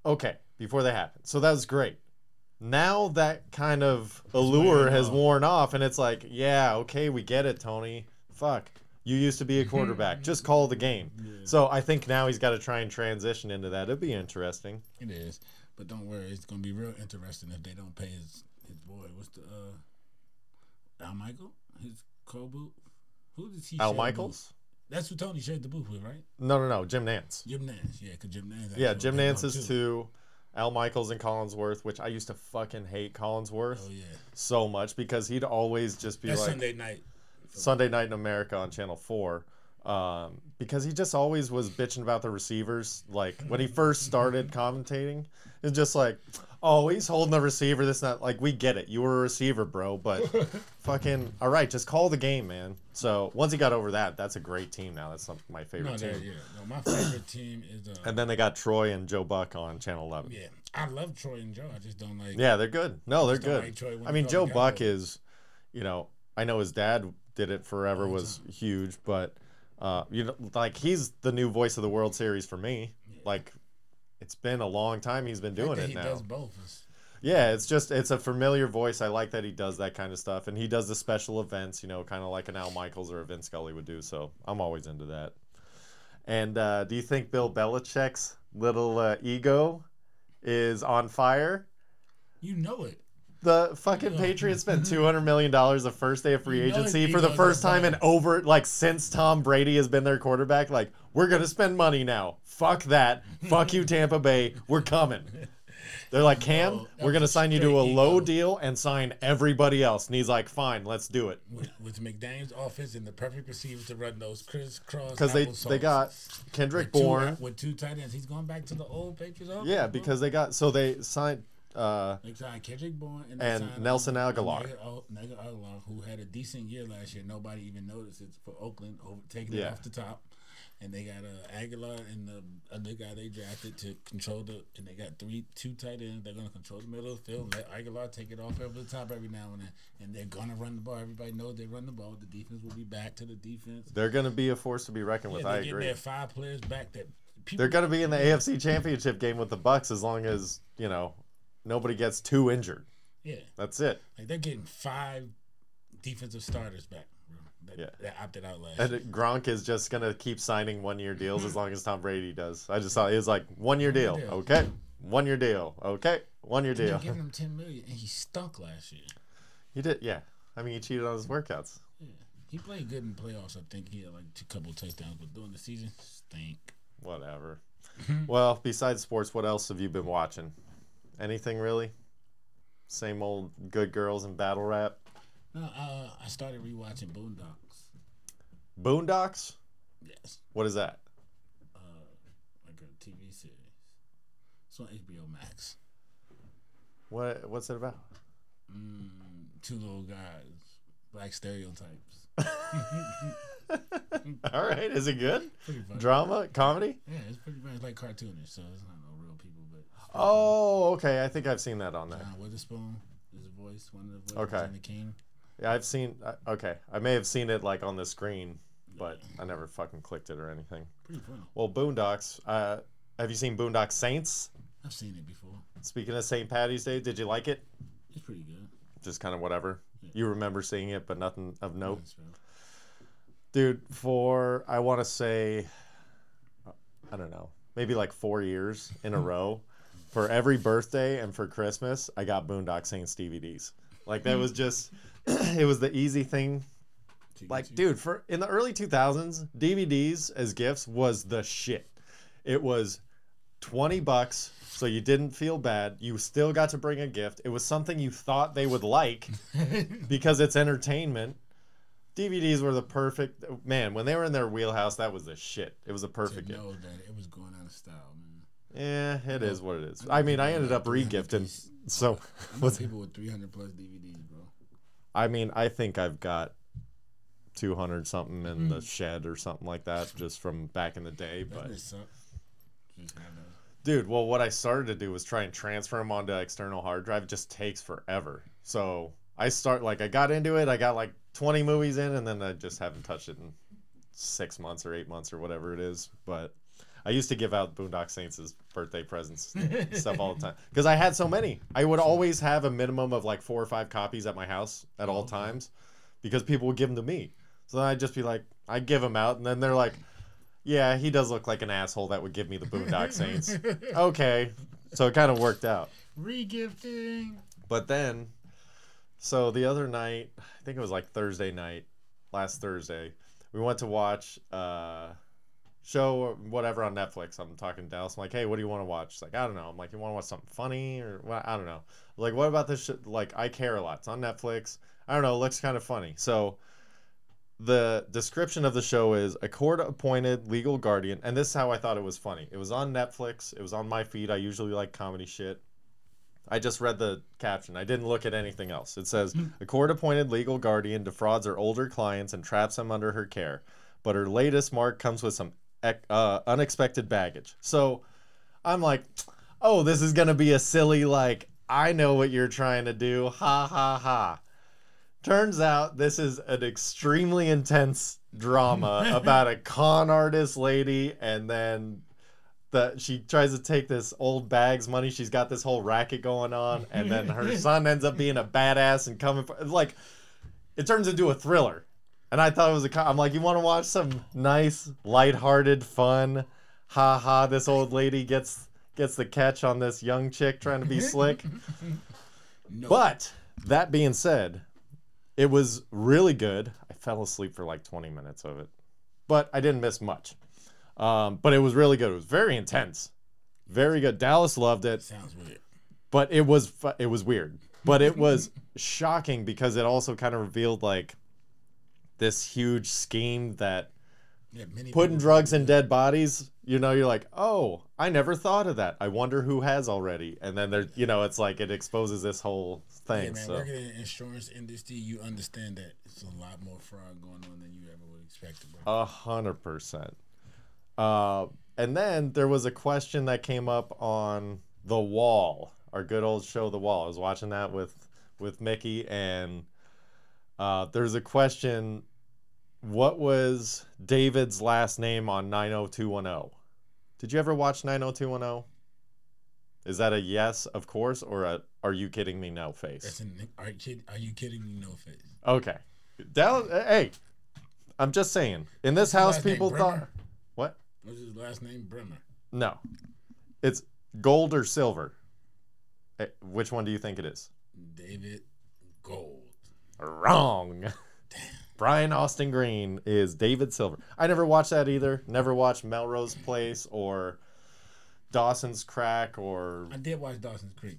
D: Okay, before they happened. So that was great. Now that kind of allure has worn off, and it's like, yeah, okay, we get it, Tony. Fuck. You used to be a quarterback. Just call the game. So I think now he's got to try and transition into that. It'd be interesting.
E: It is, but don't worry, it's gonna be real interesting if they don't pay his his boy. What's the uh, Al Michael? His co boot? Who does he?
D: Al
E: share a boot?
D: Michaels?
E: That's who Tony shared the booth with, right?
D: No, no, no. Jim Nance.
E: Jim Nance. Yeah, because Jim Nance.
D: Yeah,
E: actually
D: Jim
E: opened up
D: Nance is
E: too.
D: two. Al Michaels and Collinsworth, which I used to fucking hate Collinsworth
E: Oh, yeah.
D: so much because he'd always just be
E: That's
D: like
E: Sunday night.
D: Sunday Night in America on Channel Four, um, because he just always was bitching about the receivers. Like when he first started commentating, it's just like, oh, he's holding the receiver. This not like we get it. You were a receiver, bro, but fucking all right, just call the game, man. So once he got over that, that's a great team now. That's some, my favorite
E: No, that,
D: team.
E: yeah. No, my favorite team is. Uh,
D: And then they got Troy and Joe Buck on Channel Eleven.
E: yeah, I love Troy and Joe. I just don't like.
D: Yeah, they're good. No, they're
E: Just don't
D: good.
E: like Troy when
D: I
E: he
D: mean,
E: felt
D: Joe
E: like I
D: Buck
E: did.
D: is, you know, I know his dad did it forever was huge, but uh, you know, like he's the new voice of the World Series for me. Like, it's been a long time he's been
E: I
D: doing
E: think
D: it
E: he
D: now.
E: does both. It's-
D: Yeah, it's just it's a familiar voice. I like that he does that kind of stuff, and he does the special events, you know, kind of like an Al Michaels or a Vince Scully would do. So I'm always into that. And uh, do you think Bill Belichick's little uh, ego is on fire?
E: You know it.
D: The fucking Patriots spent two hundred million dollars the first day of free
E: Mm-hmm. You know
D: agency
E: he
D: for the
E: knows
D: first
E: that
D: time in
E: money.
D: over like since Tom Brady has been their quarterback. Like we're gonna spend money now. Fuck that. Fuck you, Tampa Bay. We're coming. They're like Cam,
E: No, that
D: we're gonna
E: was
D: sign you to a
E: straight
D: low
E: ego.
D: deal and sign everybody else. And he's like, fine, let's do it.
E: With, with McDaniel's offense and the perfect receivers to run those crisscross.
D: Because they they got Kendrick Bourne.
E: with two tight ends. He's going back to the old Patriots. offense,
D: Yeah,
E: bro.
D: because they got so they signed. Uh,
E: They signed Kendrick Bourne and, they
D: And
E: signed,
D: Nelson
E: uh,
D: Aguilar.
E: Nelson Agu- Nelson Aguilar, who had a decent year last year. Nobody even noticed it for Oakland, over, taking
D: Yeah.
E: it off the top. And they got uh, Aguilar and the other guy they drafted to control the. And they got three, two tight ends. They're going to control the middle of the field. Let Aguilar take it off over the top every now and then. And they're going to run the ball. Everybody knows they run the ball. The defense will be back to the defense.
D: they're gonna be a force to be reckoned
E: Yeah,
D: with.
E: they're
D: I
E: getting
D: agree.
E: their five players back. That people
D: They're gonna be in the AFC Championship game with the Bucks as long as you know nobody gets too injured.
E: yeah.
D: That's it.
E: Like they're getting five defensive starters back. bro, That,
D: Yeah.
E: that opted out last.
D: And
E: year.
D: Gronk is just gonna keep signing one year deals as long as Tom Brady does. I just thought it was like one year deal,
E: deal.
D: okay, one year deal, okay, one year
E: They're
D: deal.
E: giving him ten million, and he stunk last year.
D: He did, yeah. I mean, he cheated on his workouts.
E: Yeah, he played good in playoffs. I think he had like a couple of touchdowns, but during the season, stink.
D: Whatever.
E: Mm-hmm.
D: well, besides sports, what else have you been watching? Anything really? Same old good girls and battle rap.
E: No, uh, I started rewatching Boondocks.
D: Boondocks.
E: Yes,
D: What is that?
E: uh, like a TV series. It's on HBO Max.
D: What What's it about?
E: Mm, two little guys, black stereotypes.
D: All right. Is it good?
E: Pretty funny.
D: Drama, comedy.
E: yeah, it's pretty much like cartoonish, so it's not no real people, but it's pretty
D: Oh, okay. I think I've seen that on
E: funny.
D: there.
E: John Witherspoon is a voice, one of the
D: Okay.
E: voices, and the King.
D: Yeah, I've seen. uh, Okay, I may have seen it like on the screen, but I never fucking clicked it or anything.
E: Pretty funny.
D: Well, Boondocks. Uh, have you seen Boondock Saints?
E: I've seen it before.
D: Speaking of St. Patty's Day, did you like it?
E: It's pretty good.
D: Just kind of whatever. You remember seeing it, but nothing of note.
E: It's real.
D: Dude, for I want to say, I don't know, maybe like four years in a row, for every birthday and for Christmas, I got Boondock Saints DVDs. Like that was just, it was the easy thing like dude for in the early 2000s dvds as gifts was the shit it was 20 bucks so you didn't feel bad you still got to bring a gift it was something you thought they would like because it's entertainment dvds were the perfect man when they were in their wheelhouse that was the shit it was a
E: to
D: perfect gift
E: know that it was going out of style, man.
D: yeah it is what it is i mean i ended up regifting so
E: I know
D: what's
E: people with 300 plus DVDs, bro.
D: I mean, I think I've got 200 something in the shed or something like that just from back in the day. But
E: Doesn't it suck? Just have those.
D: dude, well, what I started to do was try and transfer them onto external hard drive. It just takes forever. So I start like I got into it. I got like 20 movies in, and then I just haven't touched it in six months or eight months or whatever it is. But I used to give out Boondock Saints as birthday presents and stuff all the time because I had so many. I would always have a minimum of like four or five copies at my house at all times because people would give them to me. So then I'd just be like, I give them out, and then they're like, yeah, he does look like an asshole that would give me the Boondock Saints. okay. So it kind of worked out.
E: Regifting.
D: But then, so the other night, I think it was like Thursday night, last Thursday, we went to watch uh show or whatever on Netflix. I'm talking to Dallas. I'm like, hey, what do you want to watch? She's like, I don't know. I'm like, you want to watch something funny or what? I don't know. Like, what about this? Sh-? Like, I care a lot. It's on Netflix. I don't know. It looks kind of funny. So the description of the show is a court appointed legal guardian. And this is how I thought it was funny. It was on Netflix. It was on my feed. I usually like comedy shit. I just read the caption. I didn't look at anything else. It says a court appointed legal guardian defrauds her older clients and traps them under her care. But her latest mark comes with some ec- uh, unexpected baggage. So I'm like, oh, this is going to be a silly, like, I know what you're trying to do. Ha ha ha. Turns out this is an extremely intense drama about a con artist lady and then that she tries to take this old bag's money. She's got this whole racket going on, and then her son ends up being a badass and coming for, like it turns into a thriller. And I thought it was a. co- I'm like, you want to watch some nice, lighthearted, fun, ha ha. This old lady gets gets the catch on this young chick trying to be slick.
E: No.
D: But that being said, it was really good. I fell asleep for like 20 minutes of it, but I didn't miss much. Um, but it was really good. It was very intense, very good. Dallas loved it,
E: sounds weird.
D: but it was fu- it was weird, but it was shocking because it also kind of revealed like this huge scheme that
E: Yeah, many
D: putting
E: people-
D: drugs in dead bodies. You know, you're like, oh, I never thought of that. I wonder who has already. And then there, you know, it's like it exposes this whole
E: Hey
D: thing.
E: man,
D: so.
E: working in the insurance industry, you understand that it's a lot more fraud going on than you ever would expect. Bro.
D: A hundred percent. Uh, and then there was a question that came up on The Wall, our good old show, The Wall. I was watching that with with Mickey, and uh, there's a question: What was David's last name on 90210? Did you ever watch 90210? Is that a yes, of course, or a are you kidding me? No face.
E: That's an, are, you kid, are you kidding me? No face.
D: Okay. Dallas, hey, I'm just saying. In this house,
E: last name
D: people
E: Bremer?
D: thought. What?
E: What's his last name? Bremer.
D: No. It's gold or silver. Eh, Which one do you think it is?
E: David Gold.
D: Wrong. Brian Austin Green is David Silver. I never watched that either. Never watched Melrose Place or Dawson's Crack or
E: I did watch Dawson's Creek.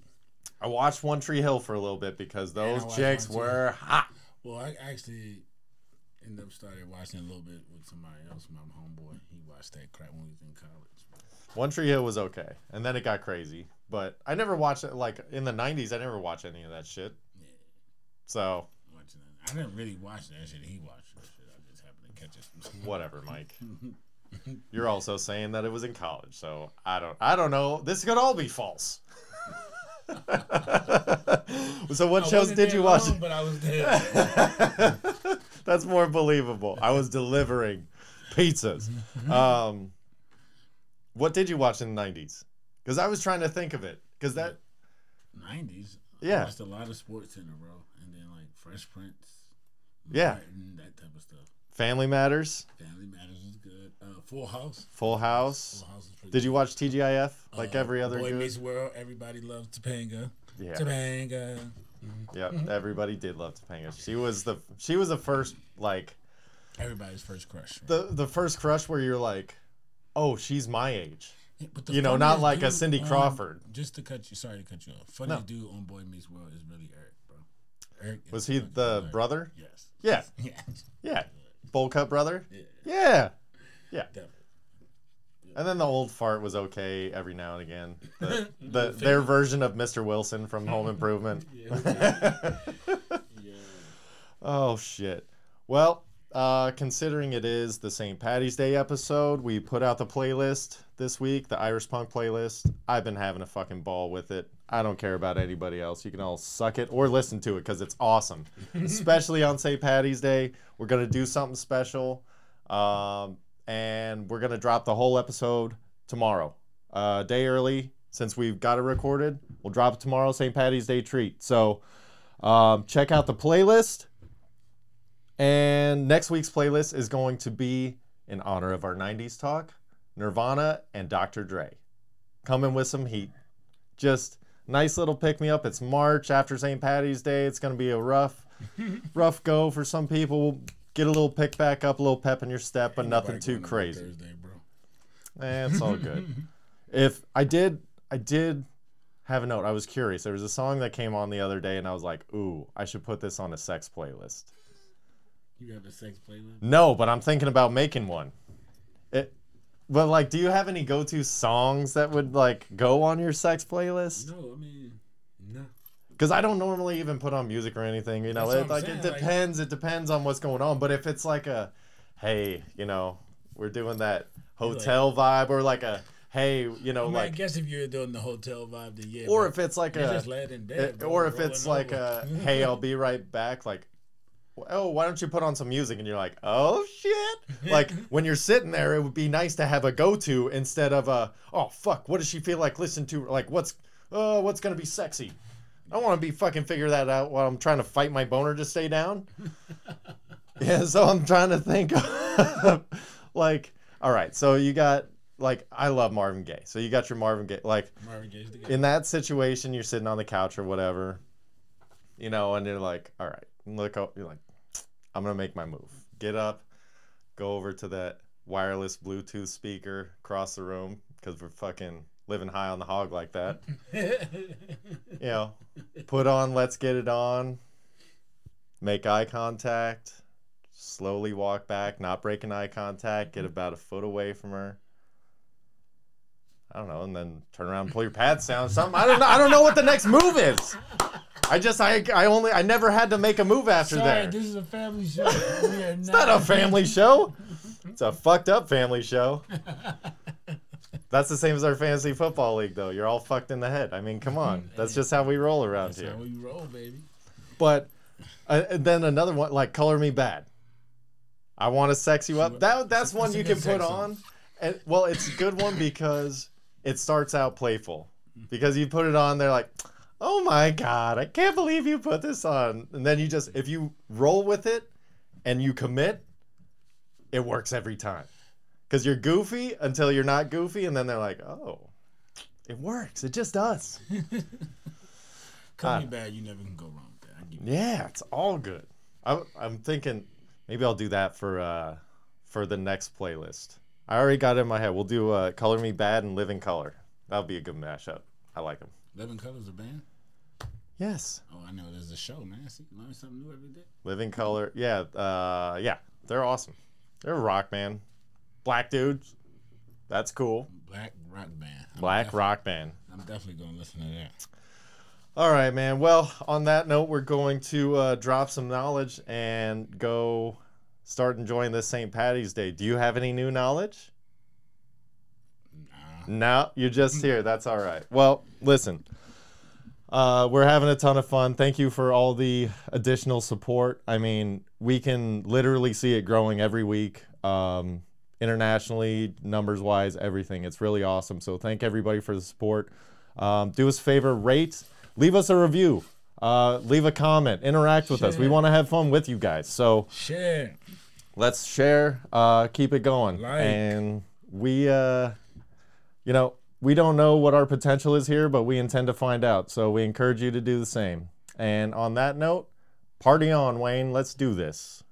D: I watched One Tree Hill for a little bit because
E: I
D: those
E: watched
D: chicks
E: One Tree
D: were hot.
E: Well, I actually ended up started watching a little bit with somebody else, my homeboy. He watched that crap when he was in college.
D: One Tree Hill was okay, and then it got crazy. But I never watched it like in the '90s. I never watched any of that shit. So
E: Watching that. I didn't really watch that shit. He watched that shit. I just happened to catch it. From somewhere.
D: whatever, Mike. You're also saying that it was in college, so I don't I don't know. This could all be false. so what
E: I
D: shows
E: wasn't
D: did
E: there
D: you watch?
E: long, But I was there.
D: That's more believable. I was delivering pizzas. Um, what did you watch in the 90s? Cuz I was trying to think of it cuz that
E: Nineties.
D: Yeah.
E: I watched a lot of sports in a row, and then like Fresh Prince.
D: yeah,
E: Martin, that type of stuff.
D: Family Matters,
E: Family Matters was good. Uh, Full House.
D: Full House.
E: Full House was pretty.
D: Did you watch TGIF like
E: Uh,
D: every other
E: Boy
D: good?
E: Meets World. Everybody loves Topanga.
D: Yeah.
E: Topanga.
D: Yep, everybody did love Topanga. She was the she was the first like
E: Everybody's first crush. right?
D: the the first crush where you're like, oh, she's my age.
E: Yeah, but the
D: you know, not
E: funniest
D: like a
E: dude
D: Cindy
E: on-
D: Crawford.
E: Just to cut you, sorry to cut you off. Funny dude on Boy Meets World is really Eric, bro. Eric is
D: Was he
E: fucking
D: the
E: hilarious.
D: brother?
E: Yes.
D: Yeah,
E: Yeah.
D: yeah, bowl cut brother.
E: Yeah.
D: Yeah,
E: Definitely.
D: and then the old fart was okay every now and again. The, the their version of Mr. Wilson from Home Improvement. Oh shit. Well, uh, considering it is the St. Patty's Day episode, we put out the playlist this week, the Irish Punk playlist. I've been having a fucking ball with it. I don't care about anybody else. You can all suck it or listen to it because it's awesome. Especially on St. Patty's Day, we're gonna do something special, um, and we're gonna drop the whole episode tomorrow, uh, day early. Since we've got it recorded, we'll drop it tomorrow, St. Patty's Day treat. So um, check out the playlist. And next week's playlist is going to be in honor of our 90s talk, Nirvana and Dr. Dre. Coming with some heat. Just nice little pick me up. It's March after St. Patty's Day. It's going to be a rough, rough go for some people. Get a little pick back up, a little pep in your step, but nothing
E: Nobody
D: too
E: going on
D: crazy.
E: Thursday, bro.
D: Eh, it's all good. if I did, I did have a note. I was curious. There was a song that came on the other day, and I was like, "Ooh, I should put this on a sex playlist."
E: You have a sex playlist?
D: No, but I'm thinking about making one. It, but like, do you have any go-to songs that would like go on your sex playlist?
E: No, I mean, no.
D: Because I don't normally even put on music or anything. You know,
E: That's what
D: it,
E: I'm
D: like
E: saying,
D: it
E: like-
D: depends. It depends on what's going on. But if it's like a, hey, you know, we're doing that hotel vibe, or like a, hey, you know,
E: I, mean, I
D: like,
E: guess if you're doing the hotel vibe, then yeah.
D: or
E: bro.
D: if it's like
E: You're
D: a,
E: just laying in bed,
D: it-
E: bro,
D: or if
E: rolling
D: it's like
E: over.
D: a, hey, I'll be right back, like. Oh, why don't you put on some music? And you're like, oh shit! Like when you're sitting there, it would be nice to have a go-to instead of a, oh fuck, what does she feel like? Listen to like what's, uh, what's gonna be sexy? I want to be fucking figure that out while I'm trying to fight my boner to stay down. yeah, so I'm trying to think. of, like, all right, so you got like I love Marvin Gaye, so you got your Marvin Gaye. Like
E: Marvin Gaye's the guy.
D: in that situation, you're sitting on the couch or whatever, you know, and you're like, all right, look, up, you're like, I'm gonna make my move. Get up, go over to that wireless Bluetooth speaker across the room because we're fucking living high on the hog like that. you know, put on Let's Get It On, make eye contact, slowly walk back, not breaking eye contact,
E: Mm-hmm.
D: get about a foot away from her. I don't know, and then turn around, and pull your pants down, something. I don't know. I don't know what the next move is. I just, I, I only, I never had to make a move after
E: Sorry,
D: that.
E: this is a family show. We are
D: It's not a family show. It's a fucked up family show. That's the same as our fantasy football league, though. You're all fucked in the head. I mean, come on. That's just how we roll around
E: That's
D: here.
E: how we roll, baby.
D: But uh, and then another one like "Color Me Bad." I want to sex you up. That that's one
E: a
D: you
E: good
D: can
E: sex
D: put on,
E: song.
D: and well, it's a good one because it starts out playful. Because you put it on, they're like, "Oh my god, I can't believe you put this on." And then you just if you roll with it and you commit, it works every time. Because you're goofy until you're not goofy, and then they're like, "Oh, it works. It just does."
E: Call me bad, you never can go wrong with that. I give you
D: Yeah, it's all good. I'm, I'm thinking maybe I'll do that for uh for the next playlist. I already got it in my head. We'll do uh, "Color Me Bad" and "Live in Color." That'll be a good mashup. I like them.
E: Eleven Colors a band?
D: Yes,
E: Oh, I know. There's a show, man. See, learn something new every day.
D: "Live in Color." Yeah, uh, yeah, they're awesome. They're a rock band, black dudes. That's cool.
E: Black rock band. I'm
D: Black
E: def-
D: rock band.
E: I'm definitely gonna listen to that.
D: All right, man. Well, on that note, we're going to uh, drop some knowledge and go start enjoying this St. Patty's Day. Do you have any new knowledge?
E: Nah.
D: No, you're just here. That's all right. Well, listen, uh, we're having a ton of fun. Thank you for all the additional support. I mean, we can literally see it growing every week, um, internationally, numbers wise, everything. It's really awesome. So thank everybody for the support. Um, do us a favor, rate, leave us a review. Uh, leave a comment, interact with us. We want to have fun with you guys. So
E: Share.
D: let's share uh keep it going
E: Like.
D: and we uh you know we don't know what our potential is here but we intend to find out so we encourage you to do the same and on that note party on wayne let's do this